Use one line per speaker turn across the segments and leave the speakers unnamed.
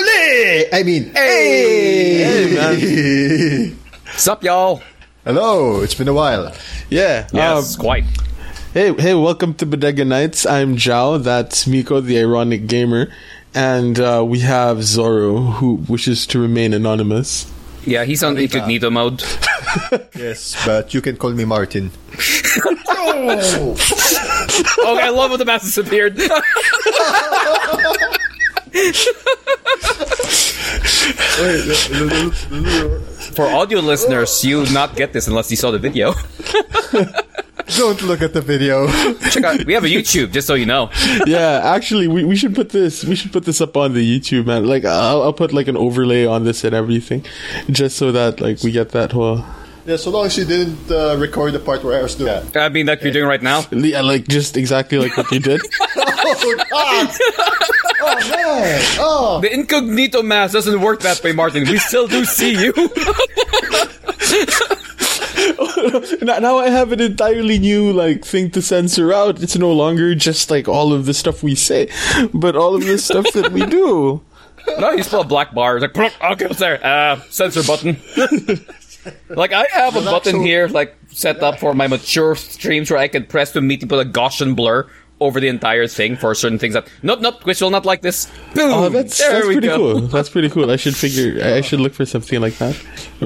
Hey, I mean,
Hey!
hey!
Sup, y'all?
Hello, it's been a while.
Yeah.
Yes,
um,
quite.
hey, hey, welcome to Bodega Nights. I'm Jao. That's Miko, the ironic gamer. And uh, we have Zoro, who wishes to remain anonymous.
Yeah, he's on incognito mode.
Yes, but you can call me Martin.
Oh, I love when the mouse disappeared. For audio listeners, you would not get this unless you saw the video.
Don't look at the video.
Check out, we have a YouTube, just so you know.
yeah, actually, we, we should put this we should put this up on the YouTube, man. Like, I'll, I'll put like an overlay on this and everything, just so that like we get that whole.
Yeah, so long as you didn't uh, record the part where I was doing that.
I mean, like you're doing right now.
Yeah, like just exactly like what you did.
Oh, God! oh man! Oh!
The incognito mask doesn't work that way, Martin. We still do see you.
now, now I have an entirely new like thing to censor out. It's no longer just like all of the stuff we say, but all of the stuff that we do.
No, you spell a black bar. It's like, "Plunk." okay, what's there? Uh, censor button. like, I have a button
actual-
here, like, set up for my mature streams where I can press to meet and put a Gaussian blur over the entire thing for certain things that, nope, nope, Twitch will not like this. Boom!
Oh, that's
there
that's
we
pretty
go.
cool. That's pretty cool. I should figure. I I should look for something like that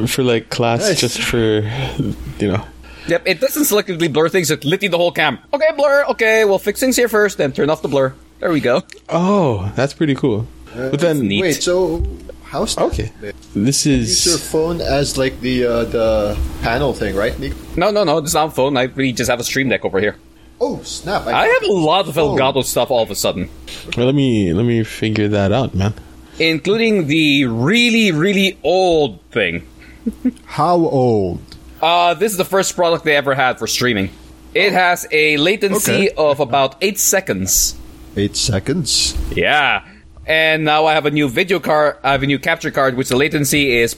for like class,
Nice.
just for you know.
Yep, it doesn't selectively blur things, it literally the whole cam. Okay, blur, okay, we'll fix things here first, then turn off the blur. There we go.
Oh, that's pretty cool. But then,
neat.
Wait, so how's that?
okay, this
Use your
is
phone as like the uh, the panel thing, right? Nick?
No, no, no, it's not phone. I really just have a stream deck over here.
Oh snap!
I have a lot of
Oh.
Elgato stuff all of a sudden.
well, let me let me figure that out, man.
including the really, really old thing.
How old?
Uh, this is the first product they ever had for streaming. It has a latency
Okay.
of about eight seconds.
Eight seconds.
Yeah. And now I have a new video card, I have a new capture card, which the latency is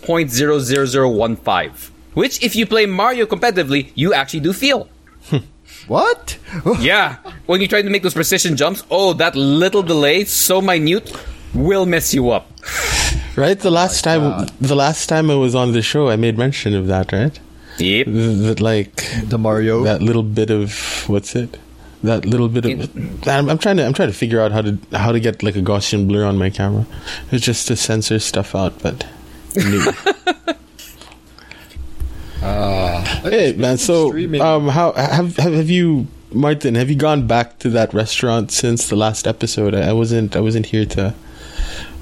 0.00015. Which, if you play Mario competitively, you actually do feel.
What?
Yeah. When you try to make those precision jumps, oh, that little delay, so minute, will mess you up.
Right, the last time the last time I was on the show, I made mention of that, right?
Yep.
Th- That like
The Mario.
that little bit of what's it? That little bit of I'm, I'm trying to I'm trying to figure out how to how to get like a Gaussian blur on my camera. It's just to censor stuff out, but. no.
Uh,
hey man, so
streaming.
um, how have, have have you Martin? Have you gone back to that restaurant since the last episode? I, I wasn't I wasn't here to.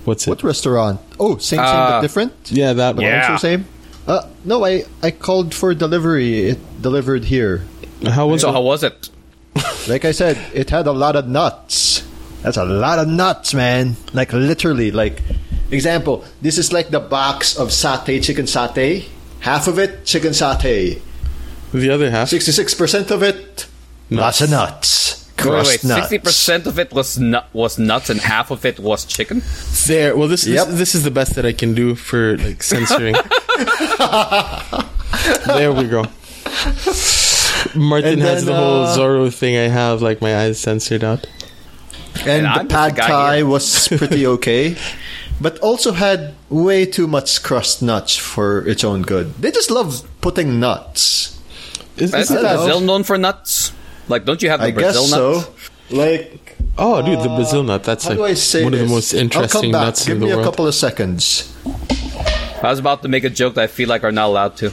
What's it?
What restaurant? Oh, same, same,
Uh,
but different.
yeah, that
but
one.
Yeah.
also same. Uh, no, I I called for delivery. It delivered here.
How was
So,
it?
how was it?
Like I said, it had a lot of nuts. That's a lot of nuts, man. Like literally, like example, this is like the box of satay, chicken satay. Half of it, chicken satay.
The other half.
Sixty-six percent of it, lots of nuts. Crushed
Wait,
nuts.
sixty percent of it was nu- was nuts, and half of it was chicken.
There. Well, this,
Yep.
this this is the best that I can do for like censoring. there we go. Martin
And
has
then,
the whole
uh,
Zorro thing. I have like my eyes censored out.
And,
And I'm
the
just a
pad
guy
thai
here.
was pretty okay, but also had way too much crushed nuts for its own good. They just love putting nuts.
Is,
Is
isn't that-
Brazil known for nuts? Like, don't you have the
I
Brazil
guess
nuts?
so. Like,
Oh, dude, the Brazil nut. That's
how
like
do I say
one of
this?
the most
I'll come
interesting
back.
nuts
Give
in the
me
world.
a couple of seconds.
I was about to make a joke that I feel like are not allowed to.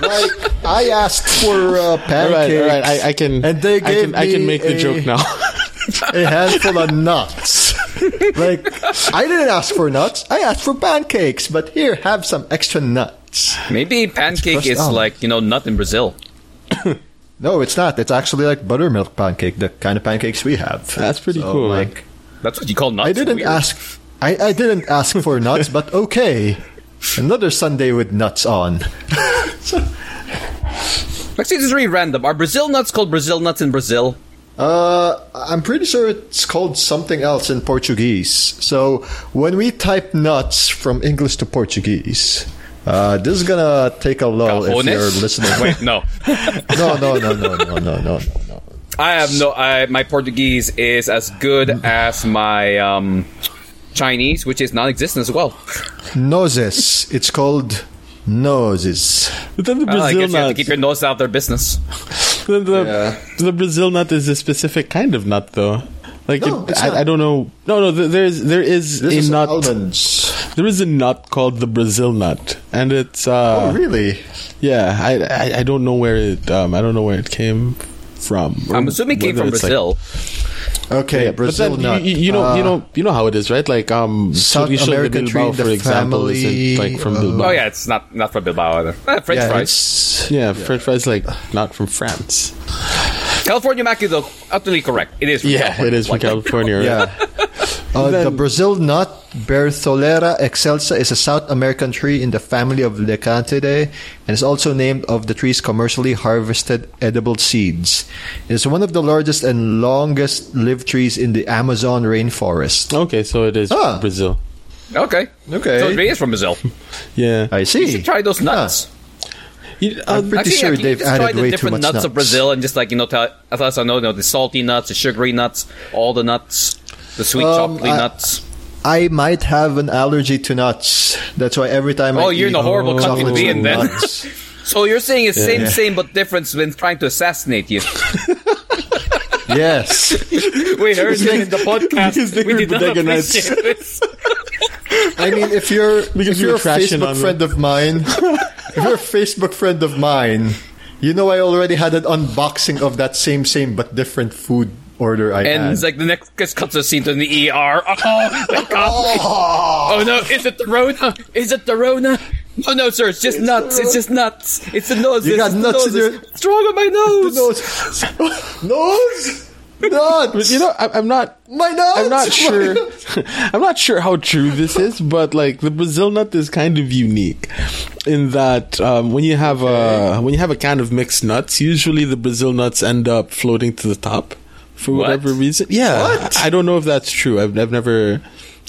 Like, I asked for uh,
all right,
pancakes.
all right. I, I can.
And they
I can,
gave
I can
me
make the
a-
joke now.
a handful of nuts. like, I didn't ask for nuts. I asked for pancakes. But here, have some extra nuts.
Maybe pancake
crushed
is
almond.
like you know nut in Brazil.
No, it's not. It's actually like buttermilk pancake, the kind of pancakes we have.
That's pretty cool, man.
Like,
That's what you call nuts.
I didn't
Weird.
ask. I, I didn't ask for nuts, but okay. Another Sunday with nuts on.
Actually, this is really random. Are Brazil nuts called Brazil nuts in Brazil?
Uh, I'm pretty sure it's called something else in Portuguese. So when we type nuts from English to Portuguese, uh, this is gonna take a lull if
Cajones?
you're listening.
Wait, no.
No, no, no, no, no, no, no, no, no.
I have no. I, my Portuguese is as good as my um, Chinese, which is non-existent as well. Uh,
Noses. It's called noses.
But then the
Well, Oh, I
Brazil
guess you have to
nut.
keep your nose out of their business.
the, the,
Yeah.
the Brazil nut is a specific kind of nut, though. Like
No,
it,
it's
I,
not.
I don't know. No, no. th- There is there is
This
a
is
nut.
almonds.
There is a nut called the Brazil nut, and it's uh,
Oh, really?
yeah. I, I I don't know where it um I don't know where it came from. or
I'm assuming it came
whether
from
it's, like,
Brazil.
Okay,
but
Brazil
then
nut.
You, you- you know, you
Uh,
know, you know how it is, right? Like um,
South
chorizo de
American
Bilbao,
tree, the
for example, isn't like from
family,
Bilbao.
oh yeah, it's not not from Bilbao either. Eh, French
yeah,
fries.
it's-
yeah, French fries like not from France.
California Mac is though utterly correct. It is. From
Yeah,
California.
it is from California. Right?
Yeah. Uh, the
Then-
Brazil nut, Bertholera excelsa, is a South American tree in the family of Lecanthidae and is also named of the tree's commercially harvested edible seeds. It is one of the largest and longest lived trees in the Amazon rainforest.
Okay, so it is
Ah.
Brazil.
Okay.
Okay.
So it is from Brazil.
Yeah,
I see.
You should try those nuts.
You- uh,
I'm pretty
Actually,
sure
I think you
they've
just try
added
the
way too
different
much
nuts, of Brazil and just like you know, tell as us I know, you know, the salty nuts, the sugary nuts, all the nuts, the sweet
Um,
chocolate
I-
nuts.
I might have an allergy to nuts. That's why every time I
Oh, you're
eat
in a horrible country to
chocolates
be in
and
then.
nuts-
So you're saying it's same,
Yeah.
same, but difference when trying to assassinate you.
yes.
we heard it in the
Because they
podcast. We
were
did not
bodega nuts.
appreciate this.
I mean, if you're
Because
if
you
you're
were
a
crashing on
Facebook
me.
friend of mine, if you're a Facebook friend of mine, you know I already had an unboxing of that same same but different food order I
And
had.
it's like the next cutscene in the ER. Oh, my God.
Ah!
Oh no, is it the Rona? Is it the Rona? Oh no, sir, it's just nuts. It's just nuts. It's the nose.
You
it's
got
the
nuts in
nose.
your-
It's wrong with my nose.
nose, nose, nuts.
you know, I, I'm not.
my nose.
I'm
my
not sure.
nose.
I'm not sure how true this is, but like the Brazil nut is kind of unique in that um, when you have a when you have a can of mixed nuts, usually the Brazil nuts end up floating to the top for
What?
whatever reason. Yeah,
What?
I don't know if that's true. I've, I've never.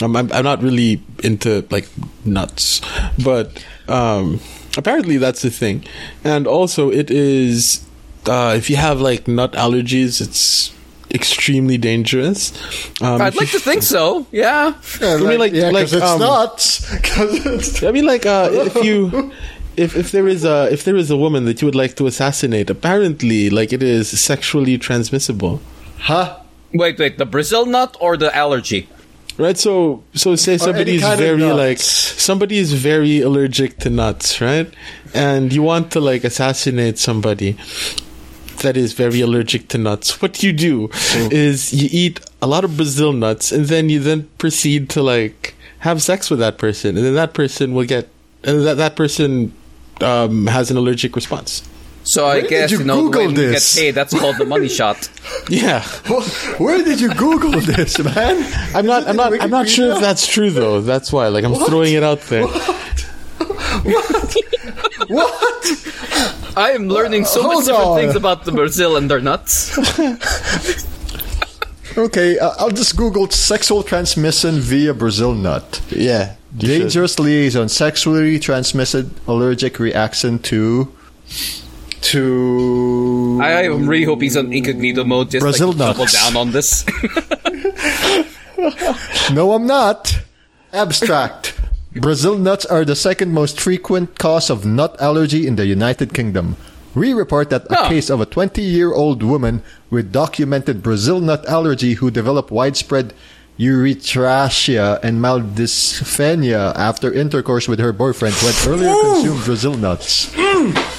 I'm, I'm I'm not really into like nuts, but um, apparently that's the thing, and also it is. Uh, if you have like nut allergies, it's extremely dangerous. Um,
I'd
if you
like to think so. Yeah.
Yeah,
I mean, like-
yeah, 'cause
like,
it's
um,
nuts. 'Cause it's-
I mean, like, uh, if you, if if there is a if there is a woman that you would like to assassinate, apparently, like, it is sexually transmissible,
huh?
Wait, wait, the Brazil nut or the allergy?
right? So, so say somebody is
kind of
very
nuts.
like somebody is very allergic to nuts, right? And you want to like assassinate somebody that is very allergic to nuts. What you do
Mm.
is you eat a lot of Brazil nuts, and then you then proceed to like have sex with that person, and then that person will get and that that person. Um, has an allergic response.
So I
did
guess
you
you know
Google
when you get
this?
paid, that's called the money shot.
Yeah,
Where did you Google this, man?
I'm not. I'm not. I'm not sure if
Wikipedia?
that's true though. That's why. Like, I'm throwing it out there.
what.
I am learning so
Uh, Hold
much different
on.
things about the Brazil and their nuts.
Okay, uh, I'll just Google sexual transmission via Brazil nut.
Yeah. you should.
Dangerous liaison, sexually transmitted allergic reaction to to
I am really hoping he's on incognito mode just
Brazil
like, to double
nuts.
down on this.
No, I'm not. Abstract. Brazil nuts are the second most frequent cause of nut allergy in the United Kingdom. We report that a
Huh.
case of a 20 year old woman with documented Brazil nut allergy who developed widespread urethrasia and maldysphagia after intercourse with her boyfriend who had earlier consumed Brazil nuts.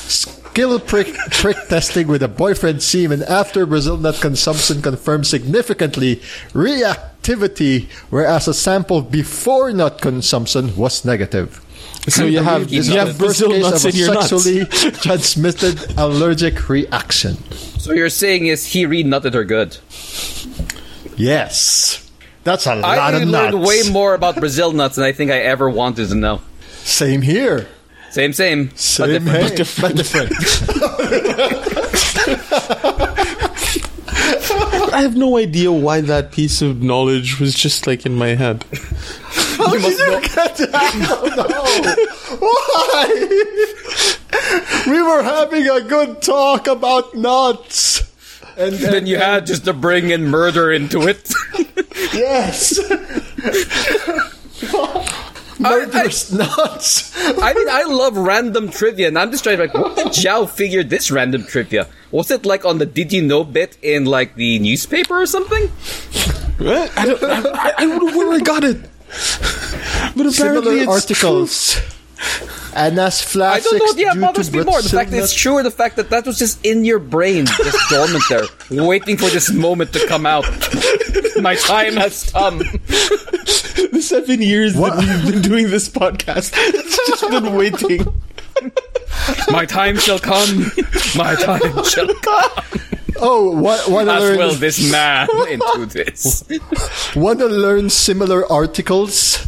Skill prick, prick testing with a boyfriend semen after Brazil nut consumption confirms significantly reactivity, whereas a sample before nut consumption was negative.
So you have
believe
you
this is
have
the
Brazil
First case
nuts
of
in
a
your nuts.
sexually transmitted allergic reaction.
so you're saying is he re-nutted her good.
Yes. That's a lot
I
of
learned
nuts.
way more about Brazil nuts than I think I ever wanted to know.
Same here.
Same, same. but
Same
different.
here. But different.
I have no idea why that piece of knowledge was just like in my head.
How did you get that? I don't know. Why? we were having a good talk about nuts. And, and
than you had just to bring in murder into it.
Yes. Murderous nuts.
I mean, I love random trivia, and I'm just trying to like, what did Zhao figure this random trivia? Was it like on the did you know bit in like the newspaper or something?
What? Eh? I don't, I, I- I don't know where I got it. But
Similar
apparently it's
articles. Anna's
I
flaccid
don't know what yeah,
due
bothers
to
me more. The fact that
Brazil
it's true or the fact that that was just in your brain, just dormant there, waiting for this moment to come out. My time has come.
true. The seven years
What?
that we've been doing this podcast, it's just been waiting.
My time shall come. My time shall come.
Oh, what, want to
As
learn?
will this man into this.
Want to learn similar articles?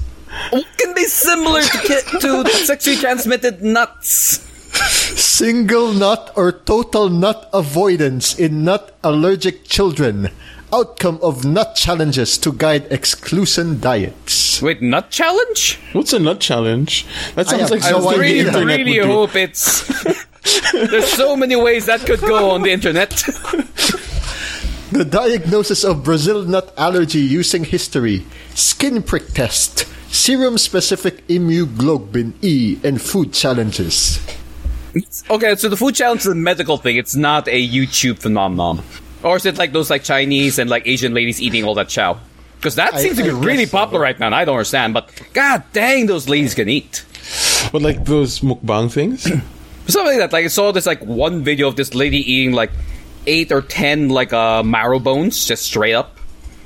Can be similar to, ki- to sexually transmitted nuts.
Single nut or total nut avoidance in nut allergic children. Outcome of nut challenges to guide exclusion diets.
Wait, nut challenge?
What's a nut challenge? That sounds
have-
like
I
I
was
something the
really,
reading-
internet
really
would do.
hope it's. There's so many ways that could go on the internet.
The diagnosis of Brazil nut allergy using history, skin prick test, serum specific immunoglobulin E, and food challenges.
Okay, so the food challenge is a medical thing. It's not a YouTube phenomenon. Or is it like those like Chinese and like Asian ladies eating all that chow? Because that
I-
seems to be
I guess
really
so.
popular right now, and I don't understand. But god dang, those ladies can eat.
But like those mukbang things?
Something like that. Like I saw this like one video of this lady eating like eight or ten like uh marrow bones just straight up.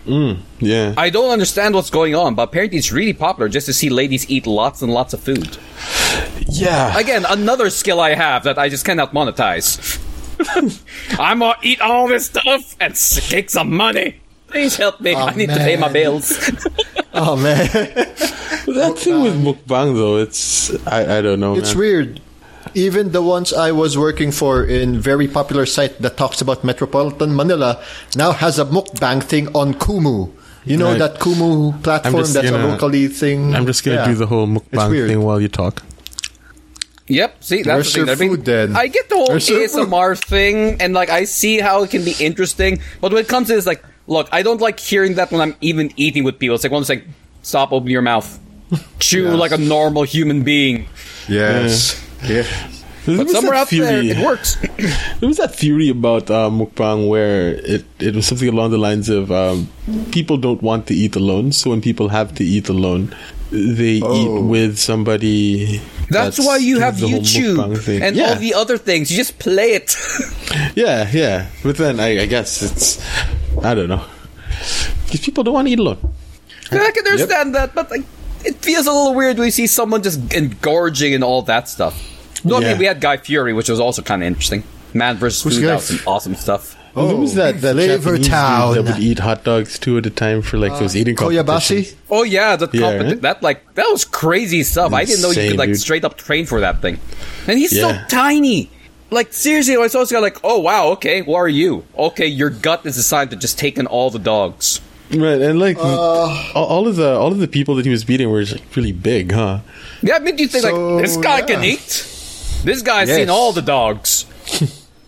Yeah.
I don't understand what's going on, but apparently it's really popular just to see ladies eat lots and lots of food.
yeah.
Again, another skill I have that I just cannot monetize. I'm gonna eat all this stuff and s- take some money. Please help me. I need to pay my
man.
bills.
Oh man.
that thing with mukbang though, Um, it's I, I don't know.
It's
man.
weird. Even the ones I was working for in very popular site that talks about metropolitan Manila now has a mukbang thing on Kumu. You know
Right.
that Kumu platform
just
that's
gonna-
a locally thing.
I'm just gonna
Yeah.
do the whole
It's
mukbang
weird.
thing while you talk.
Yep. See, that's
Where's
the thing.
your
I mean,
food then?
I get the whole
Where's your food?
ASMR thing, and like I see how it can be interesting. But when it comes to this, like, look, I don't like hearing that when I'm even eating with people. It's like one like, stop, open your mouth, chew
Yes.
like a normal human being.
Yes. Yeah.
But somewhere out there, it works.
There was that theory about uh, mukbang where it, it was something along the lines of um, people don't want to eat alone, so when people have to eat alone, they
Oh.
eat with somebody.
That's, why you
doing
have
the whole mukbang
YouTube
thing.
and
yeah,
all the other things. You just play it.
yeah, yeah. But then I, I guess it's I don't know because people don't want to eat alone.
I can understand that, but like, it feels a little weird when you see someone just engorging and all that stuff. No, I
Yeah.
mean we had Guy Fury, which was also kind of interesting. Man versus
Who's
food,
Guy
that was some
F-
awesome stuff.
Oh, there was that that
Flavor
Japanese dude
Town.
that would eat hot dogs two at a time for
Uh,
like those eating competitions.
Koyabashi?
Oh yeah, that
Yeah,
competi-
right?
that like that was crazy stuff. I didn't know you could
Insane,
like
dude.
straight up train for that thing. And he's
Yeah.
so tiny. Like seriously, when I saw this guy. Like, oh wow, okay, what are you? Okay, your gut is assigned to just taking all the dogs.
Right, and like
Uh.
all, all of the all of the people that he was beating were just, like really big, huh?
Yeah, I mean, do you think
So,
like this guy
yeah.
can eat? This guy's
Yes.
seen all the dogs.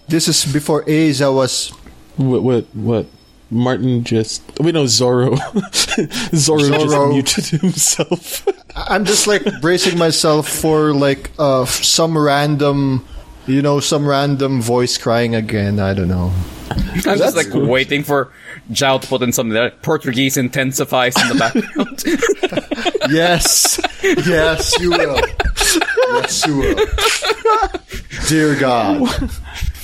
This is before Asia was
What? What? What? Martin just we know Zorro. Zorro,
Zorro.
just muted himself.
I'm just like bracing myself for like uh f- some random you know, some random voice crying again. I don't know.
I'm just like waiting for Zhao to put in something there. Portuguese intensifies in the background.
Yes. Yes, you will. Yes, you will. Dear God.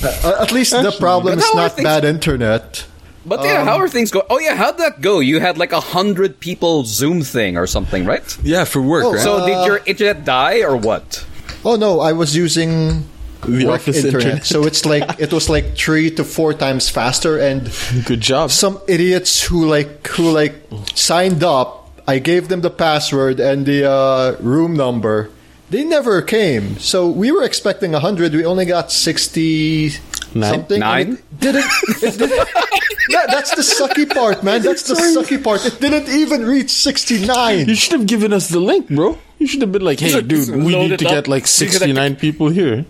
Uh, at least the problem
But
is
how are
not
things-
bad internet.
but yeah, how are things going? Oh yeah, how'd that go? You had like a hundred people Zoom thing or something, right?
yeah, for work,
Oh, right?
So did your internet die or what?
Oh no, I was using
The
work
office
internet,
internet.
so it's like it was like three to four times faster, and
Good job.
some idiots who like who like signed up. I gave them the password and the uh, room number. They never came, so we were expecting hundred. We only got sixty
Nine?
something.
Nine?
and It didn't. It didn't yeah, that's the sucky part, man. That's the sucky part. It didn't even reach sixty nine.
you should have given us the link, bro. You should have been like, "Hey,
Just
dude, we
load
need
it
to
up.
get like
You could have-
sixty-nine people here."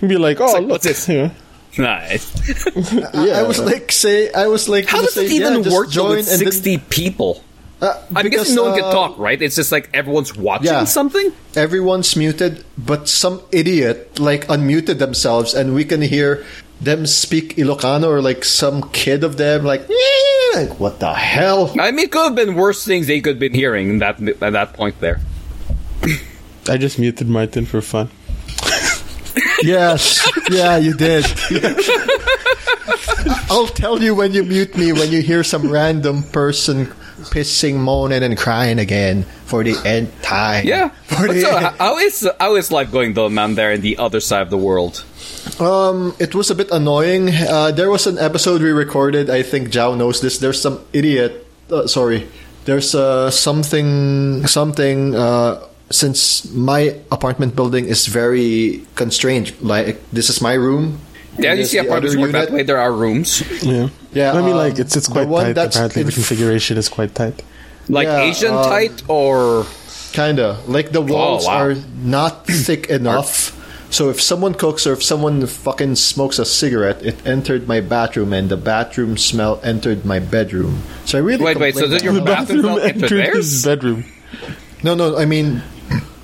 And be like, "Oh,
like,
look,
what's this?
here."
Nice.
I was like say I was like
How
gonna
does it
say, yeah,
even
just
work though
join
with
and then-
60 people?
Uh,
I'm
because,
guessing no one
uh,
can talk, right? It's just like everyone's watching
yeah.
something?
Everyone's muted, but some idiot like unmuted themselves, and we can hear them speak Ilocano or like some kid of them like, like what the hell?
I mean, it could have been worse things they could have been hearing in that, at that point there.
I just muted Martin for fun.
yes, yeah, you did. I'll tell you when you mute me when you hear some random person pissing, moaning, and crying again for the end time.
Yeah.
for
But
the
so, h- how is how is life going though, man? There in the other side of the world.
Um, it was a bit annoying. Uh, there was an episode we recorded. I think Jao knows this. There's some idiot. Uh, sorry. There's uh, something. Something. Uh, since my apartment building is very constrained, like this is my room.
Yeah,
and
you
there's
see,
the
apartments
other
work that
unit.
way. There are rooms.
Yeah.
Yeah,
I mean,
um,
like, it's, it's
the
quite
one
tight,
that's
apparently.
in
The
f-
configuration is quite tight.
Like
Yeah,
Asian
um,
tight or
Kinda. Like the walls
Oh, wow.
are not thick enough. So if someone cooks or if someone fucking smokes a cigarette, it entered my bathroom and the bathroom smell entered my bedroom. So I really
Wait, wait, so
complained
did your
about that.
bathroom fell into
entered
theirs?
his bedroom.
No, no, I mean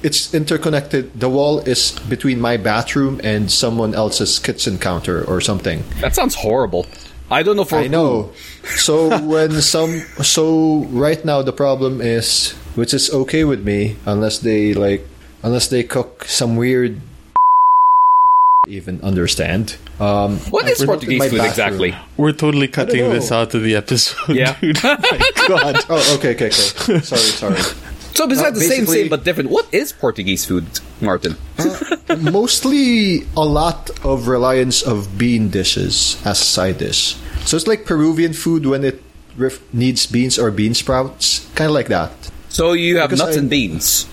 it's interconnected. The wall is between my bathroom and someone else's kitchen counter or something.
that sounds horrible. I don't know for
I know. So when some so right now the problem is which is okay with me unless they like unless they cook some weird even understand. Um
what is
we're not in
Portuguese
my
food
bathroom.
exactly.
We're totally cutting this
know.
out of the episode.
Yeah.
Dude. My God.
Oh okay, okay, okay. Sorry, sorry.
So besides the same,
Uh, basically-
same but different, what is Portuguese food, Martin?
Mostly a lot of reliance of bean dishes as side dish. So it's like Peruvian food when it ref- needs beans or bean sprouts, kind of like that.
So you have
Because
nuts
I-
and beans.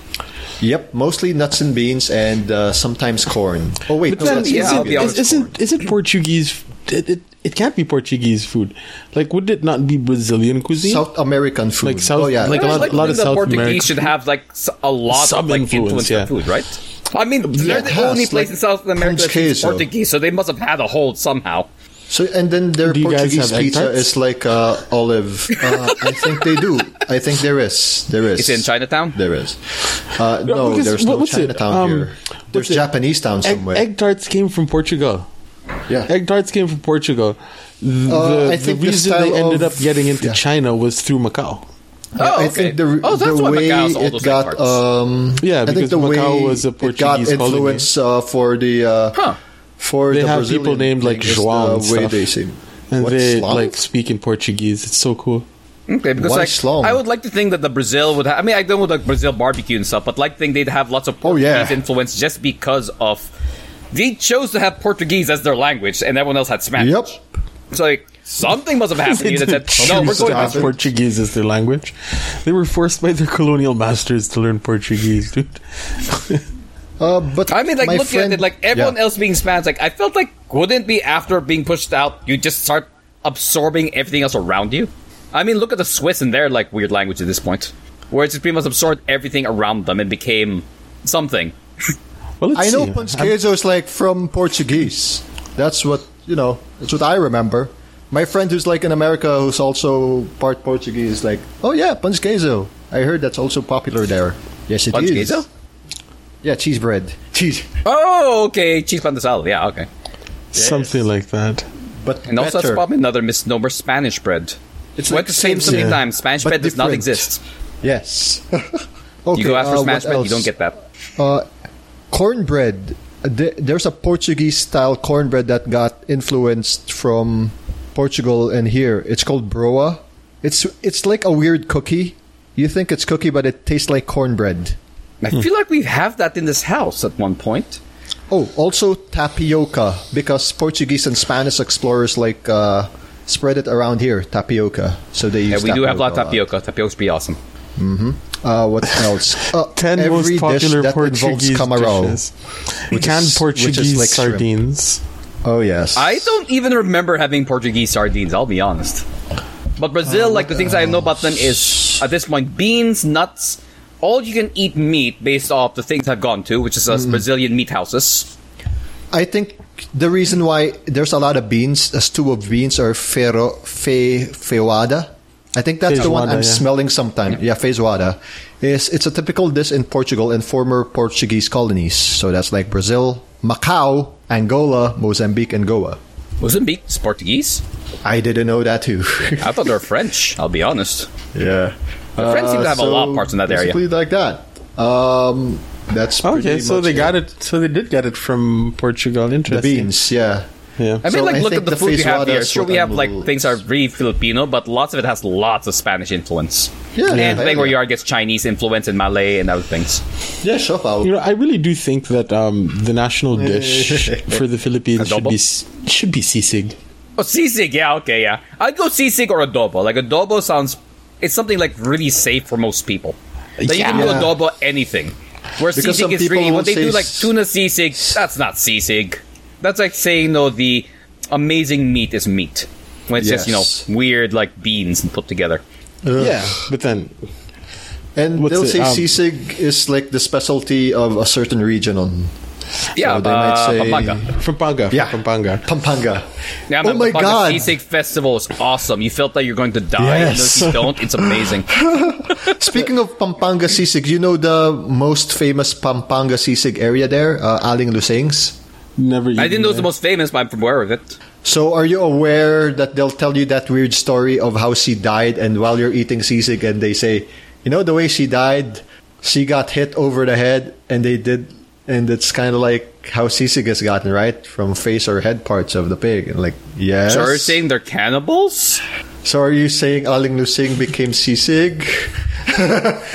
Yep, mostly nuts and beans and uh, sometimes corn. Oh wait,
But then
that's
yeah, I'll
isn't,
be honest.
Peruvian.
is, isn't, isn't Portuguese... It, it, it can't be Portuguese food. Like, would it not be Brazilian cuisine?
South American food.
Like South-
oh yeah,
like
I
a lot-
like
lot
when
of
the
South
Portuguese
American
should have like s- a lot
Some
of like influence
influence, yeah.
on food, right? I mean, they're the
has,
only place
like,
in South America that
Portuguese,
speaks
though.
Portuguese, so they must have had a hold somehow.
So and then their
Do you guys
Portuguese
have egg
pizza
tarts?
is like uh, olive. Uh, I think they do. I think there is. There is.
It's in Chinatown?
There is. Uh,
Yeah,
no,
because
there's
what-
no
what's it?
Chinatown
Um,
here. There's
what's it?
Japanese town
Egg,
somewhere.
egg tarts came from Portugal.
yeah.
Egg tarts came from Portugal. The,
Uh, I
the
think the
reason
style
they ended
of-
up getting into
yeah.
China was through Macau.
Yeah,
Oh,
I
okay.
think the,
Oh, that's
the
why
way
Macau's all
it
those egg
got
tarts.
um,
Yeah,
I think
because
the way
Macau was a
it got
Portuguese colony.
influence uh, for the uh,
Huh.
for
They
the
have
Brazilian
people named, like,
thing is
João
the
and
way
stuff.
they seem.
And
What,
they
Slav?
like speak in Portuguese. It's so cool.
Okay, because
Why
like
Schlong?
I would like to think that the Brazil would. Ha- I mean, I don't know like Brazil barbecue and stuff, but like think they'd have lots of
Oh,
Portuguese
yeah.
influence just because of they chose to have Portuguese as their language, and everyone else had Spanish.
Yep.
So like something must have happened here that said, "No, we're
choose
going
to
to
have Portuguese as their language. They were forced by their colonial masters to learn Portuguese, dude.
Uh, but
I mean, like
my
looking
friend,
at it, like everyone
yeah.
else being Spanish, like I felt like wouldn't be after being pushed out, you just start absorbing everything else around you. I mean, look at the Swiss and their like weird language at this point, where it's just pretty much absorbed everything around them and became something.
Well, let's
I know
see.
Ponquezo is like from Portuguese. That's what you know. That's what I remember. My friend who's like in America, who's also part Portuguese, is like, oh yeah, Ponquezo. I heard that's also popular there. Yes, it is.
Ponquezo?
Yeah, cheese bread. Cheese,
Oh, okay, cheese pan de sal. Yeah, okay.
Something like that.
but
And also,
better.
that's probably another misnomer: Spanish bread.
It's
It's like
like
the same
same
something
thing,
time. Spanish
but
bread does not
different.
exist.
yes. okay,
You go ask for
uh, what
Spanish bread, you
else?
don't get that.
uh, cornbread. Th- There's a Portuguese style cornbread that got influenced from Portugal and here. It's called broa. It's it's like a weird cookie. You think it's cookie, but it tastes like cornbread.
I
Hmm.
feel like we have that in this house at one point.
Oh, also tapioca because Portuguese and Spanish explorers like uh, spread it around here. Tapioca. So they use.
Yeah, we do have a lot of
a lot.
tapioca. Tapioca would be awesome.
Uh, what else? Uh,
10
every
most popular
dish that involves
Portuguese
camarão.
dishes.
which
Canned
is- which is
Portuguese
like shrimp.
sardines.
Oh yes.
I don't even remember having Portuguese sardines, I'll be honest. But Brazil, like the things I know about them is at this point beans, nuts, all you can uh,
Hmm.
eat meat based off the things I've gone to, which is us Brazilian meat houses.
I think the reason why there's a lot of beans, a stew of beans, or fero, fe, feijoada. I think that's the one
Feijoada,
I'm
yeah.
smelling sometimes. Yeah, feijoada. Is it's a typical dish in Portugal and former Portuguese colonies. So that's like Brazil, Macau, Angola, Mozambique, and Goa.
Mozambique is Portuguese.
I didn't know that too.
I thought they were French. I'll be honest.
yeah,
My friends seem to have a lot of parts in that area.
Uh, Basically, like that. Um, that's
Okay,
pretty
so
much
they
it.
got it. So they did get it from Portugal.
the
Interesting.
beans. Yeah.
Yeah.
I mean,
So
like,
I
look
think
at the,
the
food we have
feijoada
here.
is
Sure,
what
we
I'm
have like
most-
things are really Filipino, but lots of it has lots of Spanish influence.
Yeah,
and
yeah,
the thing
yeah.
where you are gets Chinese influence and Malay and other things.
Yeah, sure, Paul.
You know, I really do think that um, the national dish for the Philippines should
Adobo?
be s- should be sisig.
Oh, sisig, yeah, okay, yeah. I'd go sisig or adobo. Like adobo sounds, it's something like really safe for most people. Like, You can do
Yeah.
adobo anything. Where
Because some
sisig is
people
really
will
when they
say
do like
s-
tuna sisig. That's not sisig. That's like saying no, the amazing meat is meat. When it's
Yes.
just you know weird like beans and put together.
Yeah, but then
And
What's
they'll
it,
say
um,
sisig is like the specialty of a certain region on
Yeah,
Oh, they might
uh,
say-
Pampanga.
Pampanga,
yeah
Pampanga.
Pampanga.
Yeah,
oh
man,
my
Pampanga
god!
Sisig festival is awesome. You felt like you're going to die. and
Yes.
if you don't, it's amazing.
Speaking of Pampanga sisig, you know the most famous Pampanga sisig area there, uh, Aling Lusing's.
Never.
I didn't know it was
it's
the most famous, but I'm from aware of it.
So, are you aware that they'll tell you that weird story of how she died, and while you're eating sisig, and they say, you know, the way she died, she got hit over the head, and they did, and it's kind of like how sisig has gotten, right, from face or head parts of the pig, and like, yes.
So you're saying they're cannibals?
So are you saying Aling Lusing became sisig?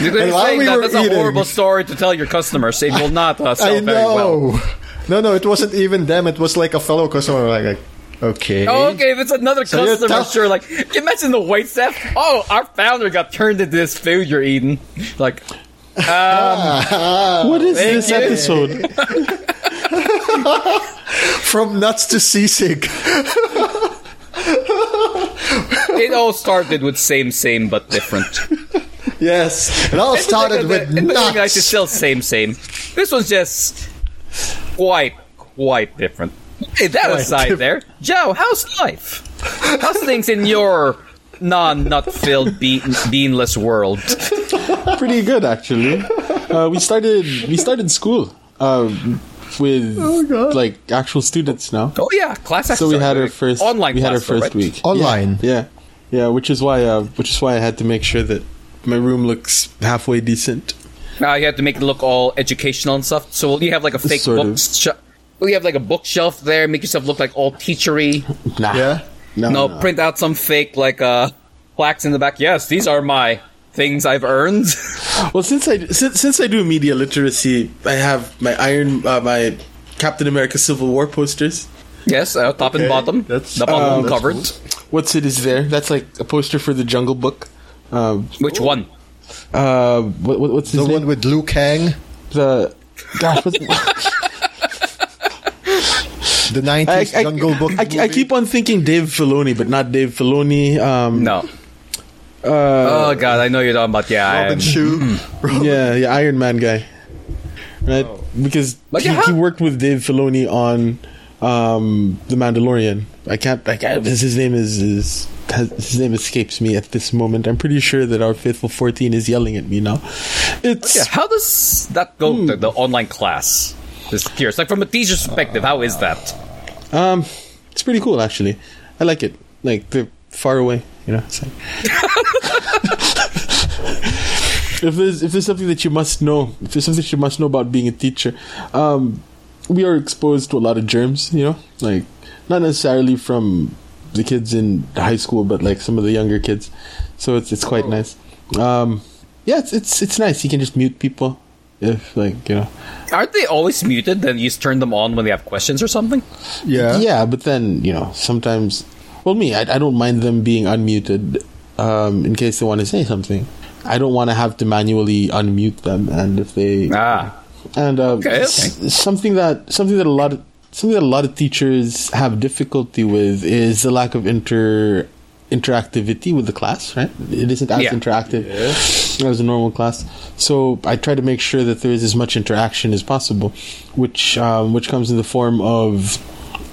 You're going
And
to
while
say
we
that
were
that's a
eating-
horrible story to tell your customers. It will not uh, sell
I
very well.
know. No, no, it wasn't even them. It was like a fellow customer. Like, like, okay.
Okay, if it's another
So you're
customer,
tough-
sure. Like, can you imagine the wait staff. Oh, our founder got turned into this food you're eating. Like,
what is
Thank
this
you.
episode?
From nuts to sisig.
it all started with same, same, but different.
yes. It all started with
It doesn't mean I
nuts.
should still same, same. This one's just quite, quite different. Hey, that aside, there, Joe, how's life? How's things in your non-nut-filled, be- beanless world?
Pretty good actually. Uh, we started we started school uh, with like actual students now.
Oh yeah, class
So
action.
we had our first
online.
We had our
class, though, right?
first week
Online.
Yeah, yeah, which is why uh, which is why I had to make sure that my room looks halfway decent.
Now you have to make it look all educational and stuff. So you have like a fake
Sort of.
book. Sh- you have like a bookshelf there. Make yourself look like all teachery.
Nah.
Yeah?
No.
No,
no.
print out some fake like uh plaques in the back. Yes, these are my things I've earned.
Well, since I since, since I do media literacy, I have my Iron uh, my Captain America Civil War posters.
yes, uh, top and
Okay,
bottom.
that's-
the bottom
um, that's
covered.
What's it is there? That's like a poster for the Jungle Book. Um,
Which one?
uh, what, what, what's his
The
name?
one with Liu Kang,
the gosh, what's,
the 90s
I, I,
Jungle Book.
I, I
movie.
keep on thinking Dave Filoni, but not Dave Filoni. Um,
No.
Uh,
oh god, I know you're talking about. Yeah, I
Robin
am.
Mm-hmm.
Shoe.
yeah, yeah, Iron Man guy, right? Because
But
he,
you have-
he worked with Dave Filoni on um, The Mandalorian. I can't. I can't. His, his name is, is has, his name escapes me at this moment. I'm pretty sure that our faithful fourteen is yelling at me now. It's
Yeah, how does that go?
Hmm.
The, the online class. Just curious, like from a teacher's perspective, how is that?
um, it's pretty cool actually. I like it. Like they're far away. You know. It's like if there's if there's something that you must know, if there's something that you must know about being a teacher, um, we are exposed to a lot of germs. You know, like not necessarily from the kids in high school, but like some of the younger kids. So it's it's quite nice. Um, yeah, it's it's it's nice. You can just mute people if like you know.
Aren't they always muted? Then you just turn them on when they have questions or something.
Yeah.
Yeah, but then you know sometimes. Well, me, I, I don't mind them being unmuted um, in case they want to say something. I don't want to have to manually unmute them, and if they
Ah,
and uh,
Okay,
s- something that something that a lot of, something that a lot of teachers have difficulty with is the lack of inter interactivity with the class. Right, it isn't as
Yeah.
interactive as a normal class. So I try to make sure that there is as much interaction as possible, which um, which comes in the form of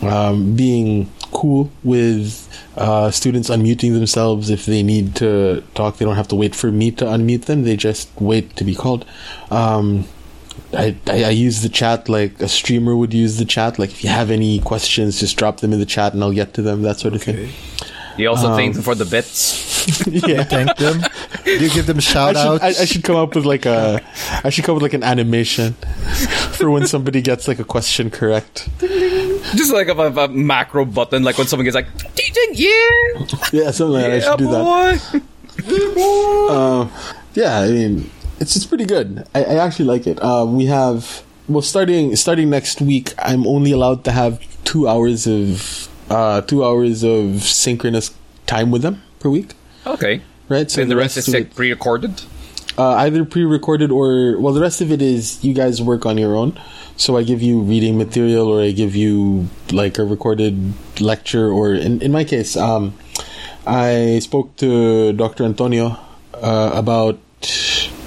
um, being cool with uh, students unmuting themselves if they need to talk. They don't have to wait for me to unmute them. They just wait to be called. Um, I, I, I use the chat like a streamer would use the chat. Like if you have any questions, just drop them in the chat and I'll get to them. That sort of thing.
You also thank
Um,
them for the bits.
yeah.
Thank them. You give them
I
shout
should,
outs.
I, I should come up with like a I should come up with like an animation for when somebody gets like a question correct.
Just like of a, of a macro button, like when someone gets like, teaching, yeah,
Yeah, something like that. I
yeah,
should do that.
boy.
Um, yeah, I mean, it's it's pretty good. I, I actually like it. Um, we have well, starting starting next week, I'm only allowed to have two hours of uh, two hours of synchronous time with them per week.
Okay.
Right, so
Then the rest is
of
like
it-
pre-recorded.
uh, either pre-recorded or well the rest of it is you guys work on your own so i give you reading material or i give you like a recorded lecture or in, in my case um, i spoke to dr antonio uh, about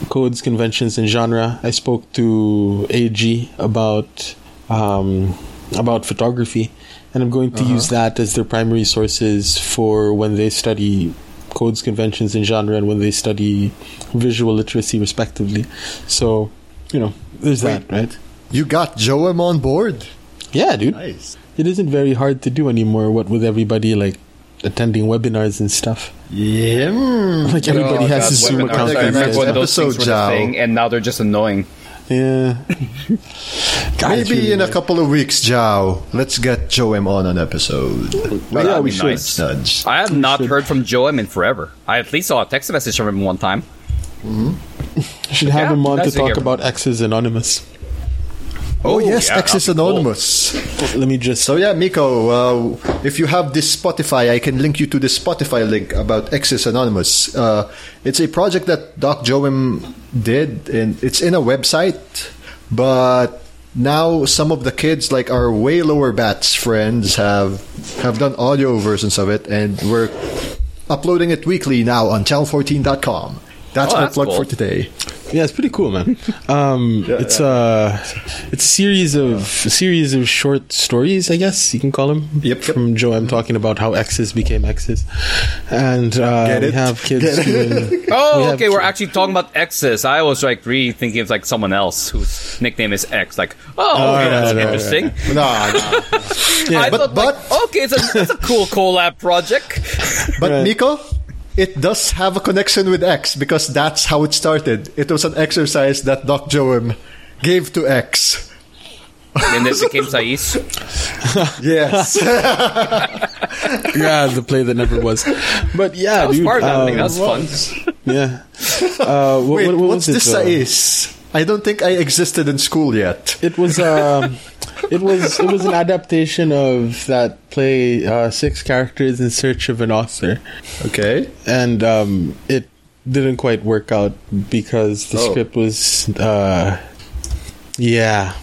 codes conventions and genre i spoke to ag about um, about photography and i'm going to use that as their primary sources for when they study codes, conventions, and genre, and when they study visual literacy, respectively. So, you know, there's that, right?
You got Joem on board.
Yeah, dude.
Nice.
It isn't very hard to do anymore. What with everybody like attending webinars and stuff.
Yeah. mm.
Like everybody
Oh,
has
God,
a Zoom
webinars.
account.
I
these
remember
days,
Everyone
when
right?
does.
those things
Episode
were the
out.
thing, and now they're just annoying.
Yeah. God, it's
Maybe
really
in a
weird.
couple of weeks, Jao. Let's get Joem on an episode.
Well,
yeah,
that'd
we
be
should.
nice.
Nudge.
I have not
should.
heard from Joem in forever. I at least saw a text message from him one time.
should have
Yeah,
him on to
nice to
talk
hear.
about X's Anonymous.
Oh, yes,
yeah,
X is
that'd be cool.
anonymous.
Let me just.
So yeah, Miko, uh, if you have this Spotify, I can link you to the Spotify link about X's Anonymous. Uh, it's a project that Doc Joem did, and it's in a website. But now some of the kids, like our way lower bats friends, have have done audio versions of it, and we're uploading it weekly now on channel14.com. That's
Oh,
my
that's
plug
cool.
for today.
Yeah, it's pretty cool, man. Um, it's a it's a series of a series of short stories, I guess you can call them.
Yep.
From Joe, I'm talking about how X's became X's, and uh,
Get
we
it?
have kids.
Get it?
doing-
Oh,
we have
okay. We're
ki-
actually talking about exes. I was like really thinking it's like someone else whose nickname is X. Like, oh, okay,
right,
that's
right,
interesting.
Nah, nah.
I
but-
thought, like, okay, it's a, it's a cool collab project.
But
Right.
Nico, it does have a connection with X because that's how it started. It was an exercise that Doc Joem gave to X.
and then it became Saiz.
Yes.
yeah, the play that never was. But yeah,
That was
dude,
part of that thing. That
um,
was fun.
yeah. Uh, what,
Wait,
what- what
what's
was it,
this
uh,
Saiz? I don't think I existed in school yet.
It was um, it was it was an adaptation of that play uh, Six Characters in Search of an Author.
Okay.
and um, it didn't quite work out because the
Oh.
script was uh, yeah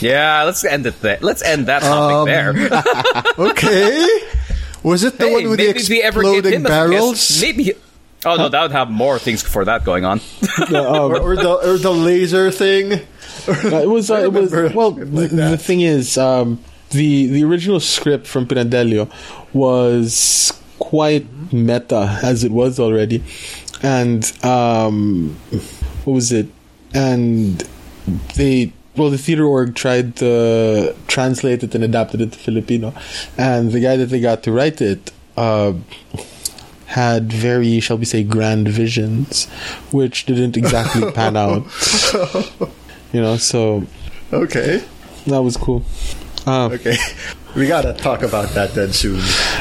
Yeah, let's end it there. Let's end that topic
Um,
there.
Okay. Was it the
Hey,
one with the
maybe if we ever give
exploding
him a
barrels?
kiss, maybe. he- Oh no, that would have more things for that going on.
um,
Or, or the or the laser thing?
Uh, it was uh, it was
remember
well
it
th- the thing is um, the the original script from Pinadelio was quite meta as it was already and um, what was it and they well the theater org tried to translate it and adapted it to Filipino and the guy that they got to write it uh, had very shall we say grand visions which didn't exactly pan out you know so
Okay.
that was cool uh,
Okay. We gotta talk about that then soon.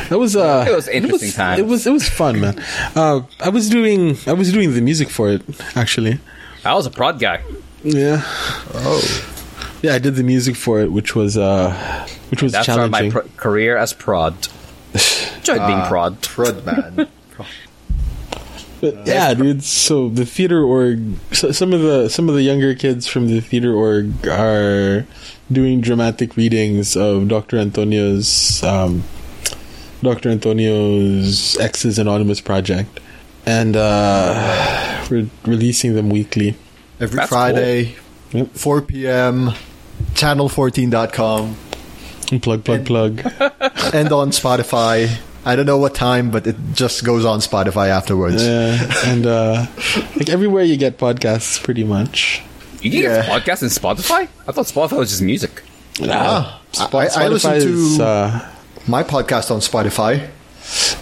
that was uh
It was interesting
it was,
times.
it was it was fun man uh, i was doing i was doing the music for it actually
I was a prod guy.
yeah
Oh.
yeah i did the music for it which was uh which was
That's where my
challenging
pro- career as prod. Enjoyed being prod.
Ah, Prod man.
But yeah, dude. So the theater org, so some of the some of the younger kids from the theater org are doing dramatic readings of Doctor Antonio's um, Doctor Antonio's X's Anonymous project, and uh, we're releasing them weekly.
Every
That's
Friday,
cool. Yep.
4 p.m., channel14.com.
Plug, plug, plug.
and on Spotify. I don't know what time, but it just goes on Spotify afterwards.
Yeah, and uh, like everywhere you get podcasts, pretty much.
You can get
Yeah.
podcasts in Spotify? I thought Spotify was just music.
Ah,
Spo-
I, I listen to
Uh, is, uh,
my podcast on Spotify.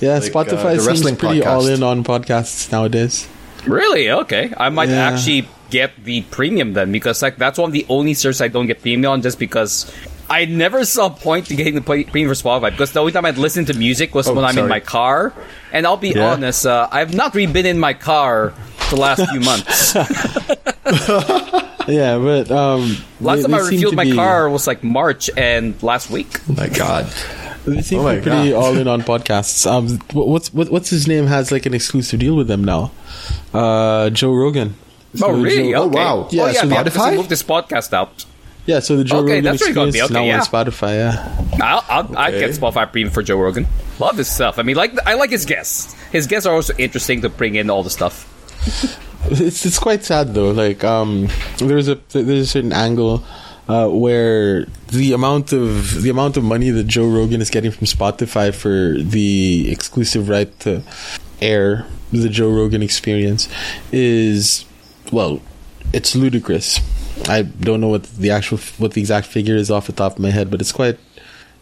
yeah,
like, uh,
Spotify
the
seems
wrestling
pretty
podcast.
all in on podcasts nowadays.
Really? Okay. I might
Yeah.
actually get the premium then because like that's one of the only services I don't get premium on just because I never saw a point to getting the pl- premium for Spotify because the only time I'd listen to music was when I'm in
Oh, sorry.
my car. And I'll be
Yeah.
honest, uh, I've not really been in my car the last few months.
Yeah, but um,
last
they-
time
they
I
seem
refueled
to
my
be- Oh,
car was like March and last week.
My God.
They seem
Oh
to be
my
pretty
God.
all in on podcasts. Um, wh- what's what, what's his name has like an exclusive deal with them now? Uh, Joe Rogan. So
Oh really?
Joe-
oh,
okay.
wow.
oh,
Yeah,
yeah
so
they have to
Spotify?
move this podcast out.
yeah, so the Joe
Okay,
Rogan
that's where you gotta
exclusive
be.
is now
Okay,
on
yeah.
Spotify. Yeah,
I'll, I'll, I'd get Spotify Premium for Joe Rogan. Love his stuff. I mean, like I like his guests. His guests are also interesting to bring in all the stuff.
it's it's quite sad though. Like um, there's a there's a certain angle uh, where the amount of the amount of money that Joe Rogan is getting from Spotify for the exclusive right to air the Joe Rogan Experience is well, it's ludicrous. I don't know what the actual what the exact figure is off the top of my head, but it's quite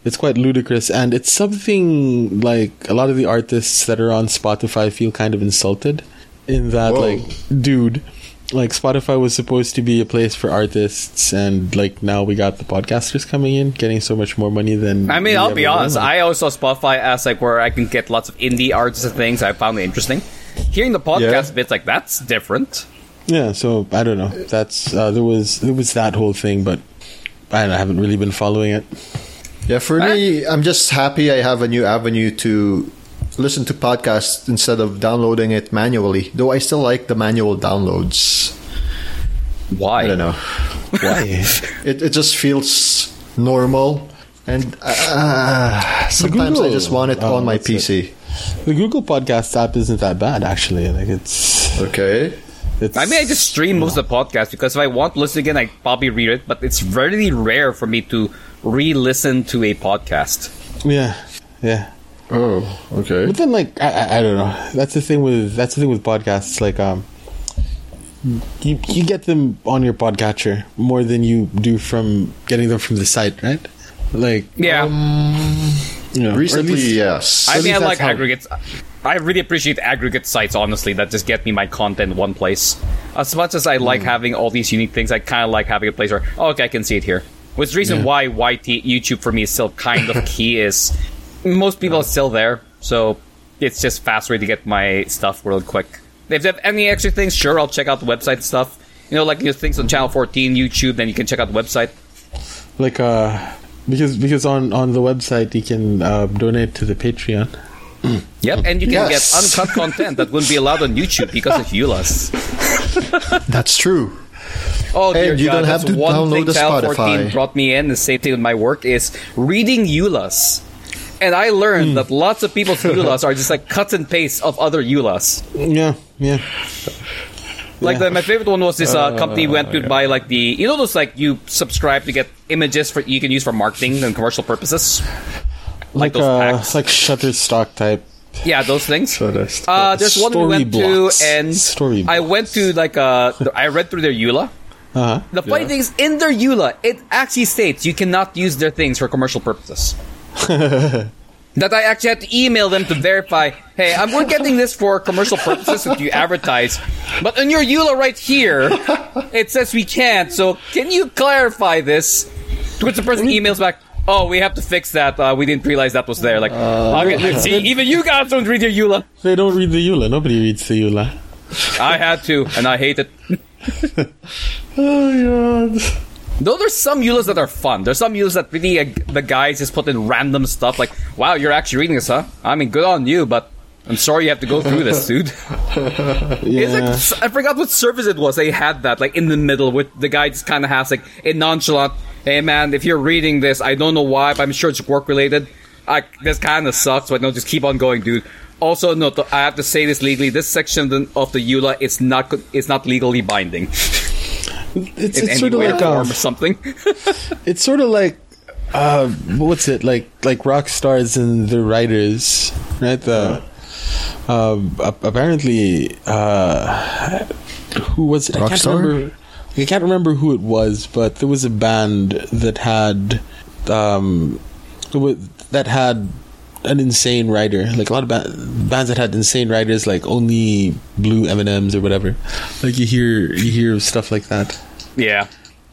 it's quite ludicrous and it's something like a lot of the artists that are on Spotify feel kind of insulted in that
Whoa.
like dude like Spotify was supposed to be a place for artists and like now we got the podcasters coming in getting so much more money than
I mean,
we
I'll be
ever
honest.
wanted.
I always saw Spotify as like where I can get lots of indie artists and things I found interesting. Hearing the podcast
Yeah.
bits like that's different.
Yeah, so I don't know. That's uh, there was there was that whole thing, but I, I haven't really been following it.
Yeah, for me, I'm just happy I have a new avenue to listen to podcasts instead of downloading it manually. Though I still like the manual downloads.
Why?
I don't know.
Why?
It, it just feels normal. And uh, sometimes I
Google-
just want it
Oh,
on my
that's it.
PC.
the Google Podcast app isn't that bad, actually. Like it's,
Okay.
it's
I mean, I just stream most of the podcast because if I want to listen again, I probably read it. But it's really rare for me to re-listen to a podcast.
yeah, yeah.
Oh, okay.
But then, like, I, I, I don't know. That's the thing with that's the thing with podcasts. Like, um, you you get them on your podcatcher more than you do from getting them from the site, right? Like,
Yeah.
you know, or at
Recently,
least-
yes.
I
At
mean,
least
I
that's
like
how-
aggregates. I really appreciate aggregate sites, honestly, that just get me my content in one place. As much as I
Hmm.
like having all these unique things, I kind of like having a place where, oh, okay, I can see it here. Which is the reason why YT, YouTube for me is still kind of key is most people are still there, so it's just fast way to get my stuff real quick. If they have any extra things, sure, I'll check out the website and stuff. You know, like your things on Channel 14, YouTube, then you can check out the website.
like uh because because on on the website you can uh, donate to the patreon
Yep, and you
Yes.
can get uncut content that wouldn't be allowed on YouTube because of ULAS.
That's true.
Oh, dear
And you
God,
don't
that's
have to
one
download
thing
the
Channel
Spotify.
14 brought me in. The same thing with my work is reading ULAs. And I
Hmm.
learned that lots of people's ULAs are just like cuts and pastes of other ULAs.
yeah yeah
Like
Yeah.
the, my favorite one was this uh, company we went to buy like the you know those like you subscribe to get images for you can use for marketing and commercial purposes. Like,
like
those
uh
packs.
like shutterstock type
yeah, those things.
Shutterstock.
Uh, there's one we
Story
went
blocks.
to, and
Story
I went to like uh, I read through their EULA.
uh-huh
The funny thing is, in their EULA, it actually states you cannot use their things for commercial purposes. that I actually had to email them to verify, hey, I'm we're getting this for commercial purposes that you advertise, but in your EULA right here, it says we can't, so can you clarify this? To which the person emails back, oh, we have to fix that, uh, we didn't realize that was there. Like, okay, see, even you guys don't read your EULA.
they don't read the eula nobody reads the eula
I had to, and I hate it.
oh god
Though there's some Eulas that are fun. There's some Eulas that really uh, the guys just put in random stuff like, wow, you're actually reading this, huh? I mean, good on you, but I'm sorry you have to go through this, dude. It's like,
yeah
s- I forgot what service it was. They had that, like, in the middle, with the guy just kind of has, like, a nonchalant, hey, man, if you're reading this, I don't know why, but I'm sure it's work related. I, this kind of sucks, but no, just keep on going, dude. Also, no, th- I have to say this legally. This section of the, of the EULA is not, co- is not legally binding
it's,
in
it's
any
sort of
way or
like
form or
um,
something.
it's sort of like uh, what's it like? Like rock stars and the writers, right? The, um, a- apparently, uh, who was it? I can't
Rockstar?
remember. I can't remember who it was, but there was a band that had, um, it wa- that had an insane writer. Like a lot of ba- bands that had insane writers, like only Blue M and M's or whatever. Like you hear, you hear stuff like that
Yeah.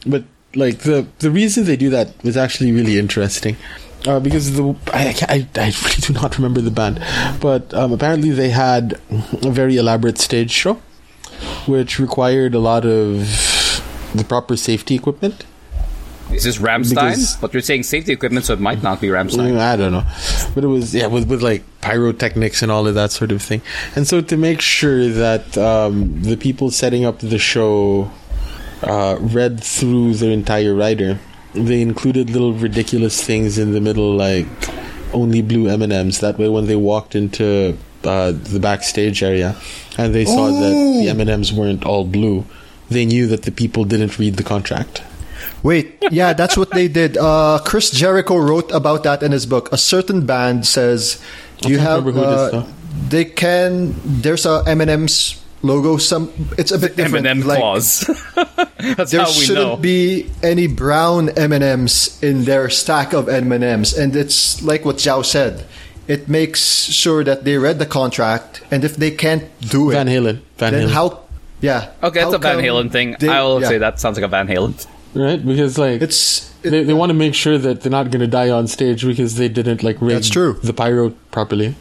but like the the reason they do that was actually really interesting uh, because the I, I ca- I I really do not remember the band, but um, apparently they had a very elaborate stage show, which required a lot of the proper safety equipment.
Is this Ramstein?
Because-
but you're saying safety equipment, so it might not be Ramstein.
Mm, I don't know, but it was yeah with with like pyrotechnics and all of that sort of thing, and so to make sure that um, the people setting up the show uh, read through their entire rider, they included little ridiculous things in the middle like only blue M and M's. That way, when they walked into uh, the backstage area and they saw that the M and M's weren't all blue, they knew that the people didn't read the contract.
Wait, yeah, that's what they did. Uh, Chris Jericho wrote about that in his book. A certain band says you
can't
have
remember who it is,
uh,
though.
they can. There's a M&M's logo. Some it's a bit different.
M&M
like,
clause. That's
There
how we
shouldn't
know.
be any brown M&Ms in their stack of M&Ms, and it's like what Zhao said. It makes sure that they read the contract, and if they can't do it,
Van Halen. Van
then
Halen.
how? Yeah.
okay, that's
how
a Van
come
Halen thing.
they-
I will
yeah.
say that sounds like a Van Halen.
Right? Because like
It's it-
they, they want to make sure that they're not going to die on stage because they didn't like rig
That's true.
the pyro properly.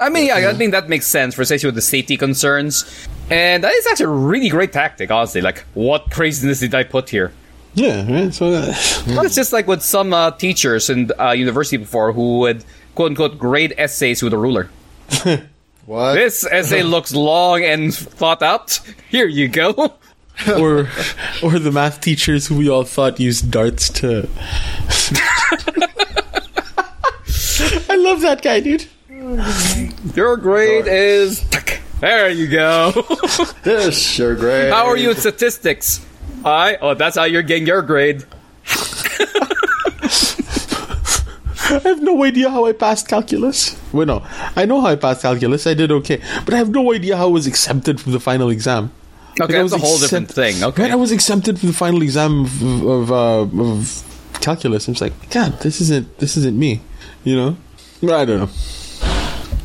I mean, yeah, I think that makes sense for especially with the safety concerns. And that is actually a really great tactic, honestly. Like, what craziness did I put here?
Yeah, right. So that,
Well, it's just like with some uh, teachers in uh, university before who would quote unquote grade essays with a ruler.
what?
This essay looks long and thought out. Here you go.
or or the math teachers who we all thought used darts to. I love that guy, dude.
Your grade is. tuck. There you go.
This, you're great.
how are you in statistics? I. Oh, that's how you're getting your grade.
I have no idea how I passed calculus. Well, no, I know how I passed calculus. I did okay, but I have no idea how I was exempted from the final exam.
Okay,
I
that's a whole different thing. Okay.
Right, I was exempted from the final exam of of, uh, of calculus. I'm just like, God, this isn't this isn't me, you know. I don't know.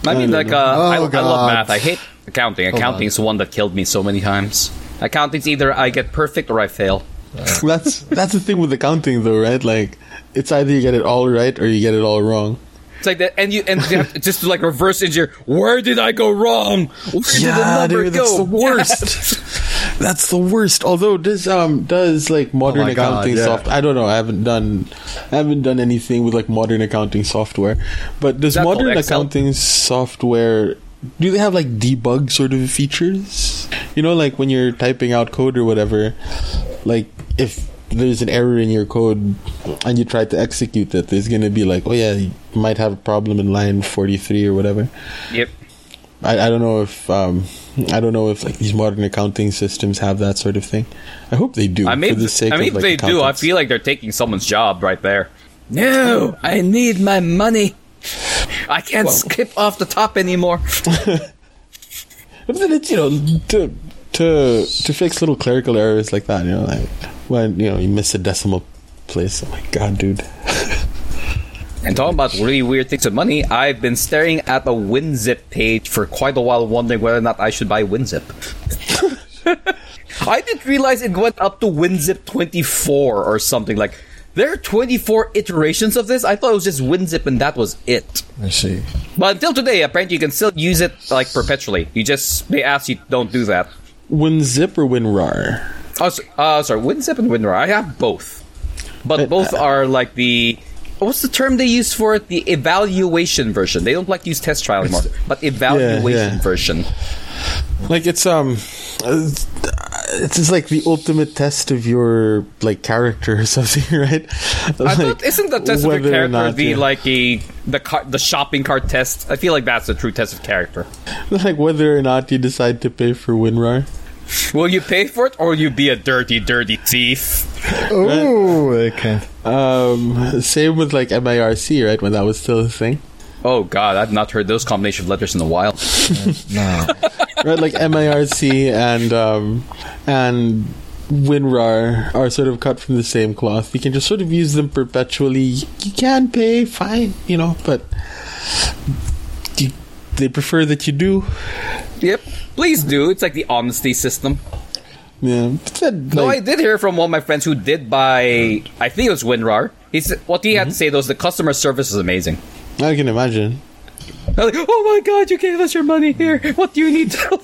I mean,
I
like,
don't know.
uh, I, I
Oh,
love
God.
math. I hate accounting.
Oh,
Accounting is the one that killed me so many times. Accounting's either I get perfect or I fail.
That's that's the thing with accounting, though, right? Like, it's either you get it all right or you get it all wrong.
It's like that, and you and you have to- just to like reverse engineer. Where did I go wrong? Where did the number
dude, that's
go?
the worst. that's the worst. Although this um does like modern
Oh my God,
accounting
yeah.
soft. I don't know. I haven't done, I haven't done anything with like modern accounting software. But does
that called
modern
Excel?
accounting software do they have like debug sort of features? You know, like when you're typing out code or whatever, like if there's an error in your code and you try to execute it, there's gonna be like, oh yeah, you might have a problem in line forty three or whatever.
Yep.
I, I don't know if um, I don't know if like these modern accounting systems have that sort of thing. I hope they do.
I mean,
for the sake
I mean, if
of, like,
they do. I
accountants.
feel like they're taking someone's job right there. No, I need my money. I can't skip off the top anymore.
But then it's you know to to to fix little clerical errors like that. You know, like when you know you miss a decimal place. Oh my god, dude!
and talking about really weird things with money, I've been staring at a WinZip page for quite a while, wondering whether or not I should buy WinZip. I didn't realize it went up to WinZip 24 or something like. There are 24 iterations of this. I thought it was just WinZip and that was it.
I see.
But until today, apparently you can still use it like perpetually. You just they ask you don't do that.
WinZip or WinRAR?
Oh, so, uh, sorry, WinZip and WinRAR. I have both, but
But, uh,
both are like the what's the term they use for it? The evaluation version. They don't like to use test trial anymore, but evaluation
yeah.
version.
Like it's um, it's it's just like the ultimate test of your like character or something, right?
I thought isn't the test of your character the
like. whether or not, yeah.
like a, the car, the shopping cart test? I feel like that's the true test of character.
like whether or not you decide to pay for WinRAR.
Will you pay for it or will you be a dirty, dirty thief?
Ooh, I can't.
Um, same with like MIRC, right? When that was still a thing,
Oh god, I've not heard those combination of letters in a while.
No.
right? Like MIRC and um, and WinRAR are sort of cut from the same cloth. You can just sort of use them perpetually. You can pay, fine, you know, but you, they prefer that you do.
Yep. Please do. It's like the honesty system.
Yeah, but then,
No, I
like,
did hear from one of my friends who did buy. I think it was WinRAR. He said what he had to say though is the customer service is amazing.
I can imagine.
They're like, oh my god, you gave us your money here. What do you need? to-"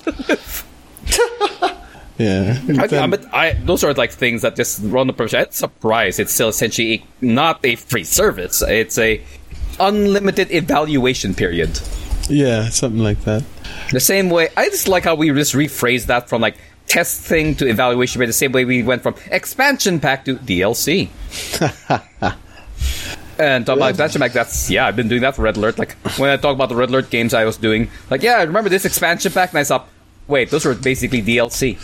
Yeah,
I,
Then-
but I, those are like things that just run the promotion. I'm surprised it's still essentially not a free service. It's a unlimited evaluation period.
yeah, something like that.
The same way, I just like how we just rephrased that from like test thing to evaluation, but the same way we went from expansion pack to DLC. and talk about expansion pack, that's, yeah, I've been doing that for Red Alert. Like, when I talk about the Red Alert games I was doing, like, yeah, I remember this expansion pack, and I saw, wait, those were basically DLC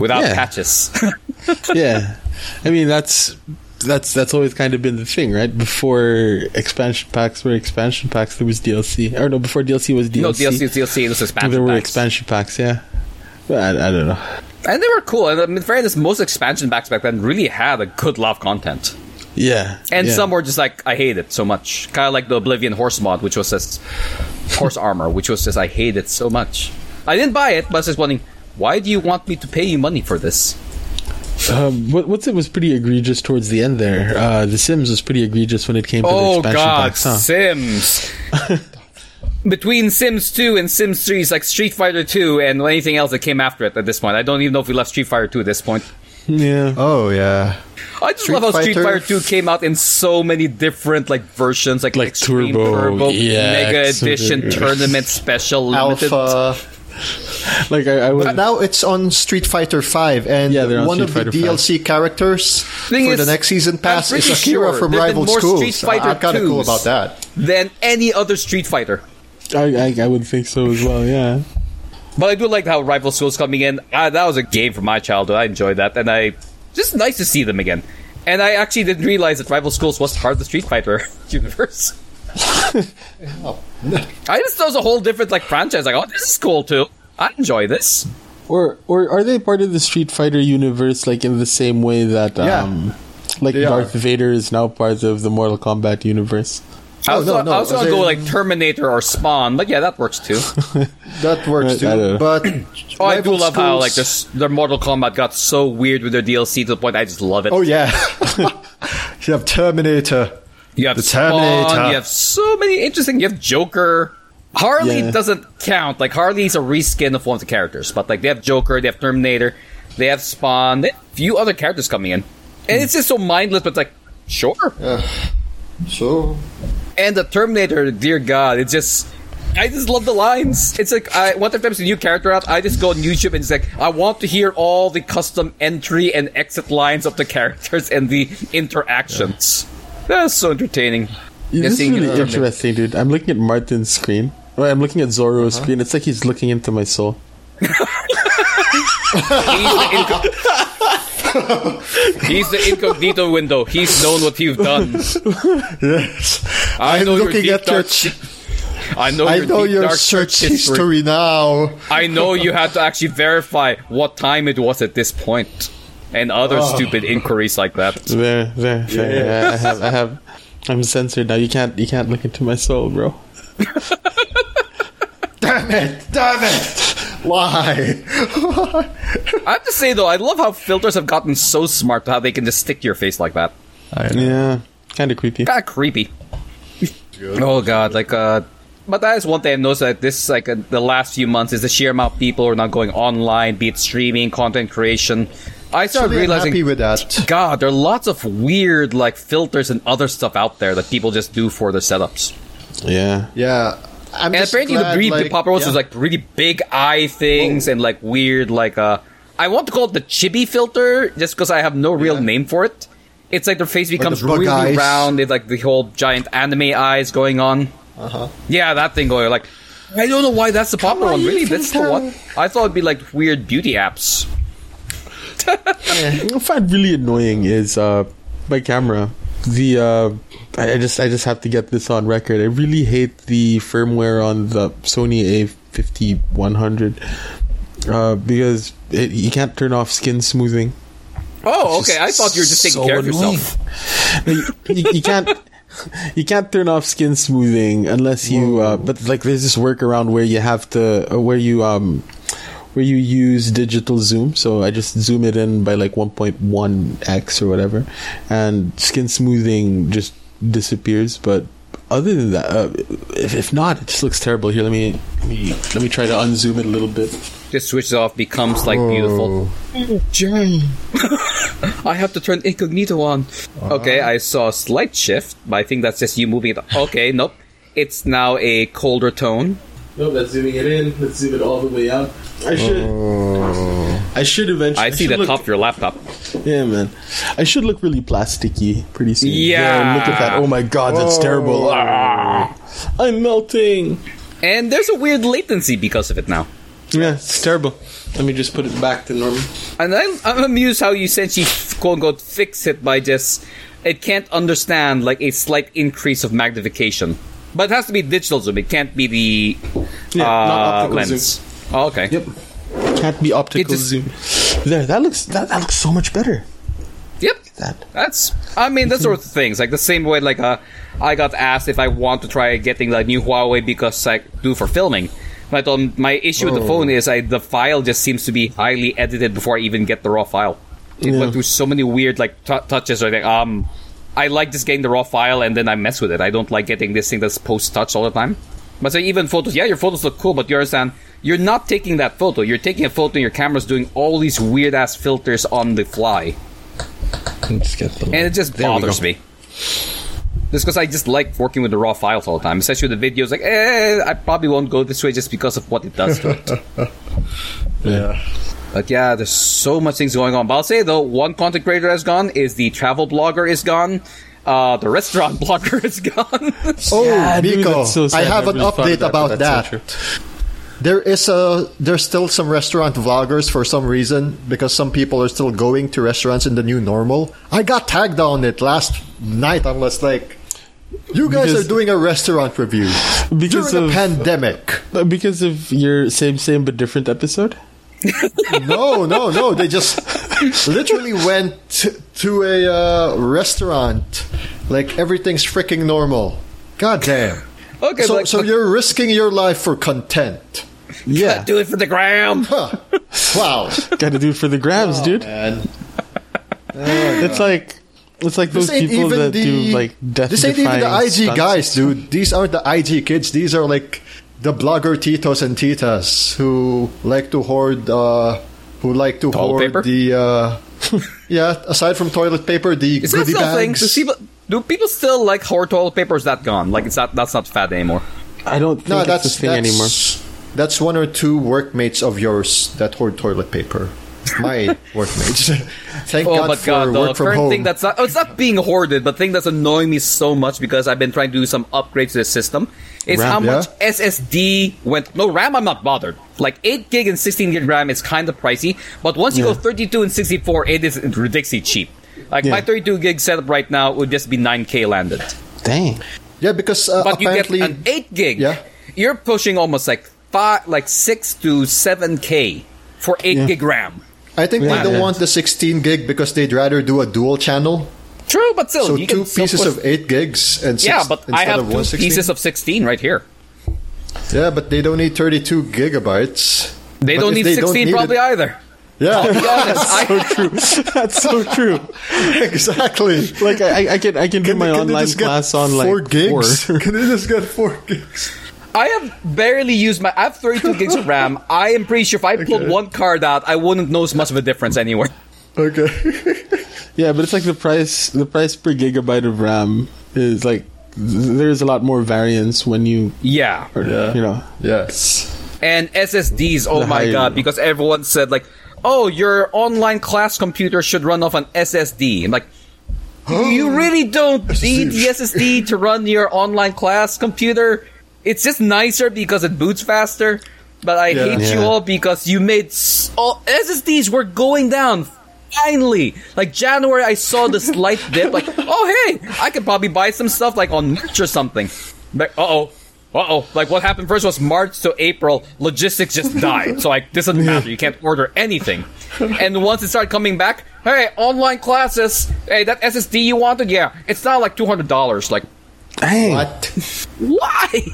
without
Yeah.
patches.
yeah, I mean that's that's that's always kind of been the thing, right? Before expansion packs were expansion packs, there was DLC, or no, before DLC was DLC.
no, DLC is DLC, it was expansion
there were
packs.
expansion packs, yeah. But I, I don't know.
and they were cool. And I mean, in fairness, most expansion packs back then really had a good lot of content.
Yeah,
And
yeah.
some were just like, I hate it so much. Kind of like the Oblivion horse mod, which was just horse armor, which was just, I hate it so much. I didn't buy it, but I was just wondering, why do you want me to pay you money for this?
Um, what, what's it was pretty egregious towards the end there. Uh, the Sims was pretty egregious when it came to the
Oh,
expansion
God,
packs, huh?
Sims. Between Sims 2 and Sims 3 is like Street Fighter 2 and anything else that came after it at this point. I don't even know if we left Street Fighter 2 at this point.
Yeah,
Oh yeah.
I just
Street
love how Street Fighter
Fighter
2 came out in so many different like versions, like,
Like
Extreme
Turbo, EX,
Mega Edition,
yeah.
Tournament Special, Limited.
Alpha.
like I, I was.
But now it's on Street Fighter Five, and
Yeah, they're on
one
Street
of
Fighter
the
V.
DLC characters
Thing
for
is,
the next season
I'm
pass is
pretty
Akira
sure
from
there's been
rival
more
schools.
Street Fighter
I'm kind of cool
2s.
about that.
than any other Street Fighter.
I, I I would think so as well. Yeah.
But I do like how Rival Schools coming in. Ah, that was a game from my childhood. I enjoyed that, and I just nice to see them again. And I actually didn't realize that Rival Schools was part of the Street Fighter universe. I just thought it was a whole different like franchise. Like, oh, this is cool too. I enjoy this.
Oh,
Or or are they part of the Street Fighter universe like in the same way that
Yeah.
um like
They
Darth
are.
Vader is now part of the Mortal Kombat universe?
I
Oh,
was,
no,
gonna-
no,
I was gonna
they-
go like Terminator or Spawn, but yeah, that works too.
That
I- I
works
don't
too.
know.
But
Oh, I do
rival
love how
schools-
like this, their Mortal Kombat got so weird with their DLC to the point I just love it.
Oh yeah. you have Terminator.
You have
The
Spawn.
Terminator.
You have so many interesting. You have Joker. Harley
Yeah.
doesn't count. Like Harley's a reskin of one of the characters, but like they have Joker, they have Terminator, they have Spawn, they have a few other characters coming in, and it's just so mindless. But like, sure.
So
And the Terminator, dear God, it's just. I just love the lines. It's like I one time there's a new character out, I just go on YouTube and it's like I want to hear all the custom entry and exit lines of the characters and the interactions. That's so entertaining.
Yeah,
Just
this is
seeing
really
it.
interesting, dude. I'm looking at Martin's screen. Or I'm looking at Zoro's screen. It's like he's looking into my soul.
He's the, inco- He's the incognito window. He's known what you've done.
yes,
I
I'm
know your
looking
deep
at your.
dark
ch-
I know.
I
your
know
deep
your
dark
search
history.
history now.
I know you had to actually verify what time it was at this point, and other
Oh.
stupid inquiries like that.
There, there, there. I, I have I have I'm censored now. You can't you can't look into my soul, bro.
Damn it! Damn it! Why?
I have to say though, I love how filters have gotten so smart to how they can just stick to your face like that.
Yeah. Kinda creepy.
Kind of creepy. Oh god, like uh. But that is one thing I've noticed that this, like, uh, the last few months is the sheer amount of people who are now going online, be it streaming, content creation. I started
Actually, I'm
realizing
happy with that.
God, there are lots of weird like filters and other stuff out there that people just do for their setups.
Yeah.
Yeah. I'm
And
just
apparently,
glad,
the really
like,
popular ones
yeah.
was like really big eye things and like weird like uh, I want to call it the chibi filter just because I have no real
Yeah.
name for it. It's like their face becomes
bug
really
eyes.
round. It's like the whole giant anime eyes going on.
Uh-huh.
Yeah, that thing going like. I don't know why that's the popular one.
Kawaii
Really, that's the
filter.
one. I thought it'd be like weird beauty apps.
What I find really annoying is uh, my camera. The uh, I I just I just have to get this on record. I really hate the firmware on the Sony A fifty one hundred uh, because it, you can't turn off skin smoothing.
Oh, okay. I thought you were just taking
so
care of
annoying.
yourself.
you, you- you can't you can't turn off skin smoothing unless you uh, but like there's this workaround where you have to uh, where you um where you use digital zoom so i just zoom it in by like 1.1x or whatever and skin smoothing just disappears but other than that uh, if, if not it just looks terrible here let me let me let me try to unzoom it a little bit
Just switches off, becomes like beautiful.
Oh,
Journey. I have to turn incognito on.
Ah.
Okay, I saw a slight shift, but I think that's just you moving it. Okay, nope. It's now a colder tone.
Nope, that's zooming it in. Let's zoom it all the way out. I should. I should eventually.
I see
should
the
look-
top of your laptop.
Yeah, man. I should look really plasticky pretty soon.
Yeah.
look at that. Oh my god, that's terrible. Ah, I'm melting.
And there's a weird latency because of it now.
Yeah, it's terrible. Let me just put it back to normal.
And I'm, I'm amused how you said she quote unquote fix it by just it can't understand like a slight increase of magnification, but it has to be digital zoom. It can't be the
Yeah, not
uh,
optical
lens.
zoom.
Oh, okay.
Yep. Can't be optical
just-
zoom. There, that looks that, that looks so much better.
Yep.
That.
That's. I mean, those sort of things. Like the same way, like uh, I got asked if I want to try getting like new Huawei because I do for filming. But I told 'em my issue with the phone is I, the file just seems to be highly edited before I even get the raw file. It
Yeah.
went through so many weird like t- touches. Or like, um, I like just getting the raw file and then I mess with it. I don't like getting this thing that's post touch all the time. But so even photos, yeah, your photos look cool, but you understand you're not taking that photo. You're taking a photo and your camera's doing all these weird ass filters on the fly
Let's get the.
and it just
There we
bothers
go.
me. Just because I just like working with the raw files all the time, especially with the videos. Like, eh, I probably won't go this way just because of what it does to it.
Yeah.
but yeah, there's so much things going on. But I'll say though, one content creator has gone, is the travel blogger is gone, uh, the restaurant blogger is gone.
Oh,
Yeah, dude,
Nico,
that's so
I
sad.
have an
really thought
update
that, but
about
that's
that.
so true.
There is a there's still some restaurant vloggers for some reason because some people are still going to restaurants in the new normal. I got tagged on it last night. I was like, "You guys
Because-
are doing a restaurant review
Because
during a
of-
pandemic."
Uh, Because of your same, same but different episode.
no, no, no. They just literally went t- to a uh, restaurant. Like everything's freaking normal. God damn.
Okay,
so,
but-
so
but-
you're risking your life for content.
Yeah,
Do it for the gram.
Huh. Wow.
gotta do it for the grabs, dude.
Man.
It's like it's like
This
those
ain't
people
even
that
the
do like death.
This ain't even the IG
stunts.
guys, dude. These aren't the IG kids. These are like the blogger titos and titas who like to hoard uh who like to
Toilet
hoard
paper?
the uh yeah, aside from toilet paper, the
Is that
goodie
still a thing?
bags.
Do people, do people still like hoard toilet paper? Or is that gone? Like, it's not that's not fad anymore.
I don't think
no,
that's,
that's
a thing
that's,
anymore.
That's one or two workmates of yours that hoard toilet paper. My workmates. Thank
Oh,
God
but
for
God, the
work from
current
home.
thing that's not, oh, it's not being hoarded, but thing that's annoying me so much because I've been trying to do some upgrades to the system is
RAM,
how
yeah?
much SSD went. No, RAM, I'm not bothered. Like 8 gig and 16 gig RAM is kind of pricey, but once you go 32 and 64, it is ridiculously cheap. Like
Yeah.
my 32 gig setup right now would just be 9K landed.
Dang.
yeah, because uh,
But you get
apparently
an 8 gig.
Yeah.
You're pushing almost like five, like 6 to 7K for 8 gig RAM.
I think
Yeah.
they don't
Yeah.
want the 16 gig because they'd rather do a dual channel.
True, but still,
So
Oh, you
two
can still
pieces
push-
of eight gigs and six,
yeah, but
instead
I have
of
two
116.
pieces of 16 right here.
yeah, but they don't need 32 gigabytes.
They
But if
don't need
don't
16
need
probably
it-
either.
yeah,
So true. That's so true.
exactly.
Like I, I- I can I can, do my
they- they
online
just get
class on like
four gigs?
four.
Can they just get four gigs?
I have barely used my. I have 32 gigs of RAM. I am pretty sure if I pulled one card out, I wouldn't notice much of a difference anywhere.
Okay.
Yeah, but it's like the price the price per gigabyte of RAM is like th- there's a lot more variance when you
Yeah.
or, you know
yes.
And SSDs, oh
The
my
higher-
god, because everyone said, like, oh, your online class computer should run off an SSD. I'm like, you really don't need the SSD to run your online class computer. It's just nicer because it boots faster. But I hate you
Yeah.
all because you made s- all SSDs were going down finally, like January, I saw this slight dip. Like, oh hey, I could probably buy some stuff like on March or something. Like, uh oh, uh oh. Like what happened first was March to April. Logistics just died, so like this doesn't matter. You can't order anything. And once it started coming back, hey, online classes. Hey, that SSD you wanted, yeah, it's now like two hundred dollars. Like,
Dang.
What?
why?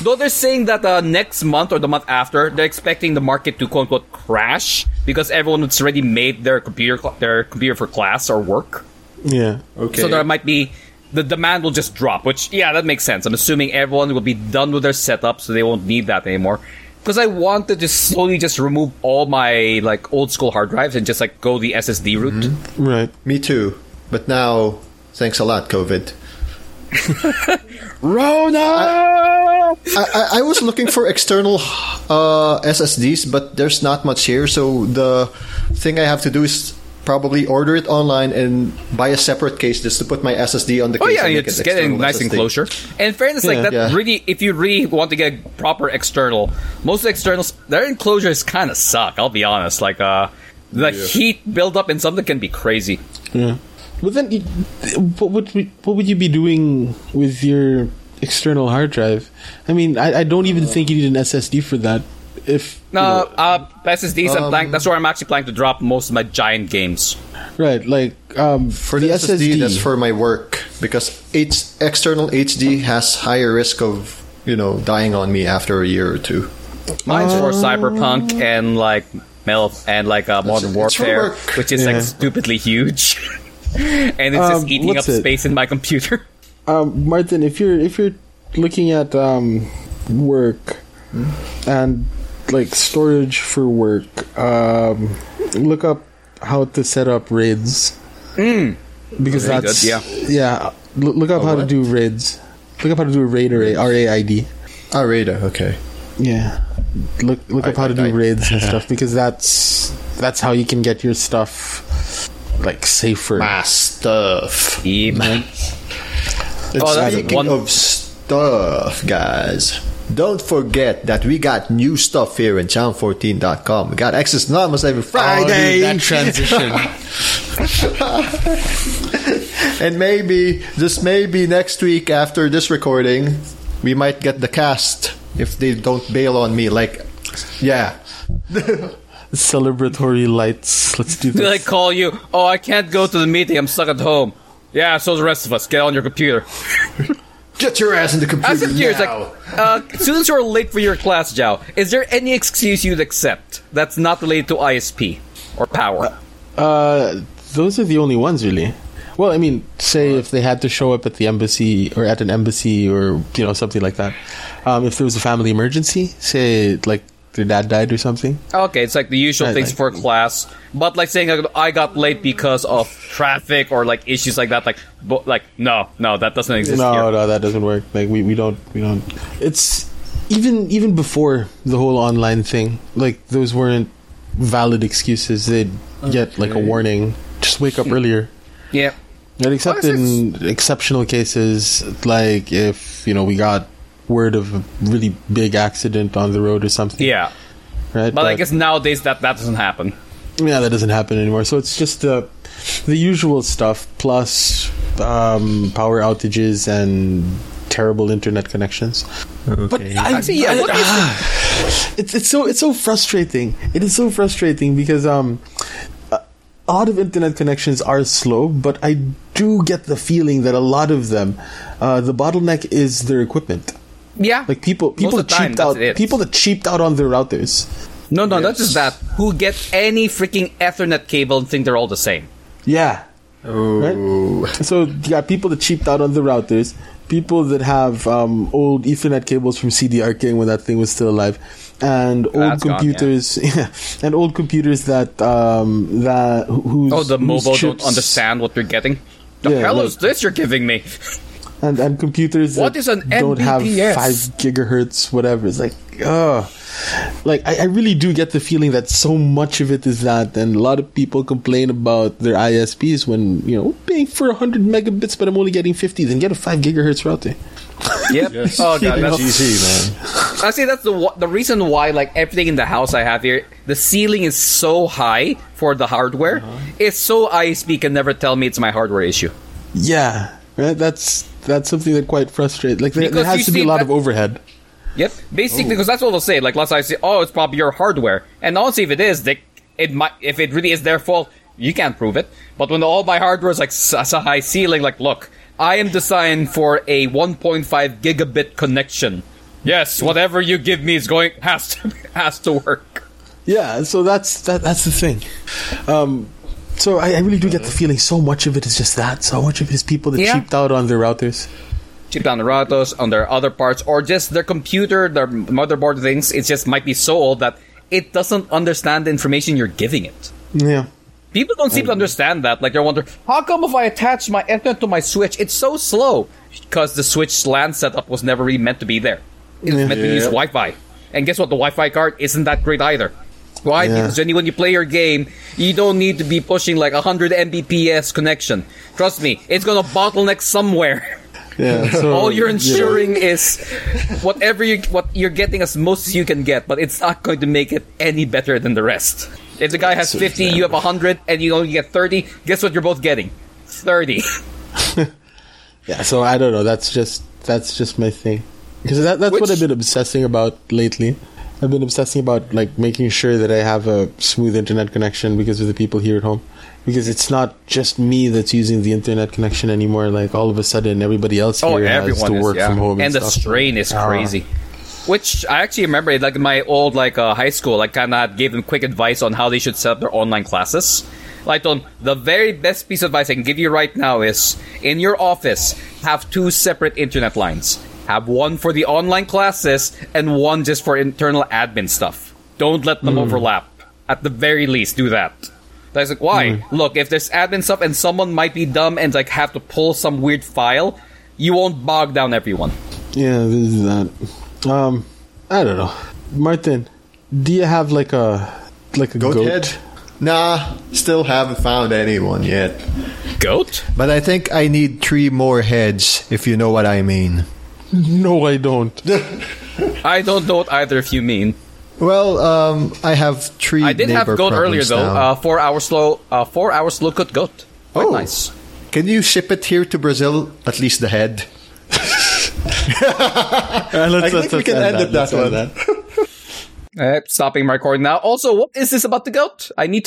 Though they're saying that uh, next month or the month after, they're expecting the market to quote unquote crash because everyone has already made their computer cl- their computer for class or work.
Yeah.
Okay.
So there might be the demand will just drop, which yeah, that makes sense. I'm assuming everyone will be done with their setup, so they won't need that anymore. Because I want to just slowly just remove all my like old school hard drives and just like go the SSD route.
Right.
Me too. But now, thanks a lot, COVID.
Rona.
I, I, I was looking for external uh, SSDs, but there's not much here. So the thing I have to do is probably order it online and buy a separate case just to put my SSD on the
Oh
case.
yeah,
and
you
make it
just get a
external
nice
SSD.
enclosure. And in fairness, like
Yeah.
that
Yeah.
really, if you really want to get a proper external, most externals their enclosures kind of suck. I'll be honest. Like uh, the heat buildup in something can be crazy.
Yeah. But then, you- what would we, what would you be doing with your external hard drive? I mean, I, I don't even
Uh.
think you need an SSD for that. If
No, uh, SSDs. I'm planning, that's where I'm actually planning to drop most of my giant games.
right, like um,
For the, SSD, that's for my work because it's external HD has higher risk of you know dying on me after a year or two.
Mine's for Cyberpunk and like Mel and like uh, Modern
it's for
Warfare,
work.
which is
Yeah.
like stupidly huge, and it's
Um,
just eating up
what's it?
space in my computer.
um, Martin. If you're if you're looking at um, work and like storage for work, um, look up how to set up RAIDs. Because
Very
that's
good, yeah.
yeah. Look, look up how
what?
to do RAIDs. Look up how to do a RAID array. R A I D.
Ah, Rada, okay.
Yeah. Look look up
I-
how to
I-
do
I-
raids and stuff because that's that's how you can get your stuff like safer.
Ah, stuff.
Yeah.
And
Oh, that's
Speaking
one-
of stuff, guys, don't forget that we got new stuff here in channel14.com. We got Access Anonymous every
Oh, dude,
Friday.
that transition.
and maybe, just maybe next week after this recording, we might get the cast if they don't bail on me. Like, yeah.
Celebratory lights. Let's do
Do
this.
they call you? Oh, I can't go to the meeting. I'm stuck at home. Yeah, so the rest of us. Get on your computer.
Get your ass in the computer
I was curious, like,
now.
uh, students who are late for your class, Zhao, is there any excuse you'd accept that's not related to ISP or power?
uh those are the only ones really. Well, I mean, say if they had to show up at the embassy or at an embassy or you know something like that. Um, if there was a family emergency, say like their dad died or something.
Okay, it's like the usual
I
things
like-
for class, but like saying like, I got late because of traffic or like issues like that. Like, bo- like no, no, that doesn't exist
no,
here.
no, that doesn't work. Like we, we don't we don't. It's even even before the whole online thing. Like those weren't valid excuses. They'd get like a warning. Just wake up earlier.
Yeah,
And except
Well, it's-
in exceptional cases, like if you know we got word of a really big accident on the road or something.
yeah.
Right.
But I guess nowadays that that doesn't happen.
yeah, that doesn't happen anymore. So it's just the the usual stuff plus um, power outages and terrible internet connections. But I,
Actually, yeah, what is-
it's it's so it's so frustrating. It is so frustrating because um, a- a lot of internet connections are slow, but I do get the feeling that a lot of them, uh, the bottleneck is their equipment.
yeah,
Like people
Most
people
of the time,
cheaped
that's
out
it.
people that cheaped out on their routers.
No, no, not just that. Who get any freaking Ethernet cable and think they're all the same?
Yeah.
Ooh.
So you got people that cheaped out on the routers, people that have um, old Ethernet cables from CDR King when that thing was still alive, and old
That's gone, yeah.
computers, yeah, and old computers that um, that wh- whose
Oh, the
whose
mobile don't
chips-
understand what they're getting. The
Yeah,
hell
like-
is this you're giving me?
and and computers
What
that
is an
don't have
Mbps?
five gigahertz, whatever. It's like, ugh. Like I, I really do get the feeling that so much of it is that, and a lot of people complain about their ISPs when you know paying for hundred megabits, but I'm only getting fifty. Then get a five gigahertz router.
Yep. Oh god, that's
GC, man.
I see that's the wa- the reason why like everything in the house I have here, the ceiling is so high for the hardware.
Uh-huh.
It's so ISP can never tell me it's my hardware issue.
Yeah, right. That's that's something that quite frustrates. Like there,
Because
there
you
has to be a
see
lot
that-
of overhead.
Yep, basically because that's what they'll say. Like last I say, oh, it's probably your hardware. And honestly, if it is, they, it might. If it really is their fault, you can't prove it. But when all my hardware is like such a high ceiling, like look, I am designed for a 1.5 gigabit connection. Yes, whatever you give me is going has to has to work.
Yeah, so that's that, that's the thing. Um, so I, I really do get the feeling so much of it is just that. So much of it is people that
Yeah.
cheaped out on their routers.
chip down the routers on their other parts or just their computer, their motherboard things. It just might be so old that it doesn't understand the information you're giving it.
Yeah.
People don't seem to understand that. Like they're wondering, how come if I attach my Ethernet to my Switch, it's so slow? Because the Switch LAN setup was never really meant to be there. It was
Yeah.
meant to use Wi-Fi. And guess what? The Wi-Fi card isn't that great either. Why?
Yeah.
Because then when you play your game, you don't need to be pushing like 100 Mbps connection. Trust me, it's gonna bottleneck somewhere.
Yeah. So,
All you're
you know.
ensuring is whatever you what you're getting as most as you can get, but it's not going to make it any better than the rest. If the guy has
So
50, you have 100, and you only get 30, guess what you're both getting? 30.
Yeah. So I don't know. That's just that's just my thing because that, that's
Which-
what I've been obsessing about lately. I've been obsessing about like making sure that I have a smooth internet connection because of the people here at home. Because it's not just me that's using the internet connection anymore. Like all of a sudden, everybody else here has to
Oh, is,
work
yeah.
from home, and,
and the
stuff. Ah.
strain is crazy. Which I actually remember, like in my old like uh, high school, I kind of gave them quick advice on how they should set up their online classes. Like, on the very best piece of advice I can give you right now is: in your office, have two separate internet lines. Have one for the online classes and one just for internal admin stuff. Don't let them overlap. At the very least, do that. That's like why? Look, if there's admin stuff and someone might be dumb and like have to pull some weird file, you won't bog down everyone.
Yeah, this is that. Um, I don't know, Martin. Do you have like a like a goat?
Goat, head? Nah, still haven't found anyone yet.
Goat?
But I think I need three more heads, if you know what I mean.
No, I don't.
I don't know what either of you mean.
Well, um, I have three.
I did have
neighbor
goat earlier
problems
though.
now.
Uh, four hour slow. Uh, four hour slow cooked goat. Quite
Oh.
nice.
Can you ship it here to Brazil? At least the head. I think we can end it that way.
Uh, stopping my recording now. Also, what is this about the goat? I need to.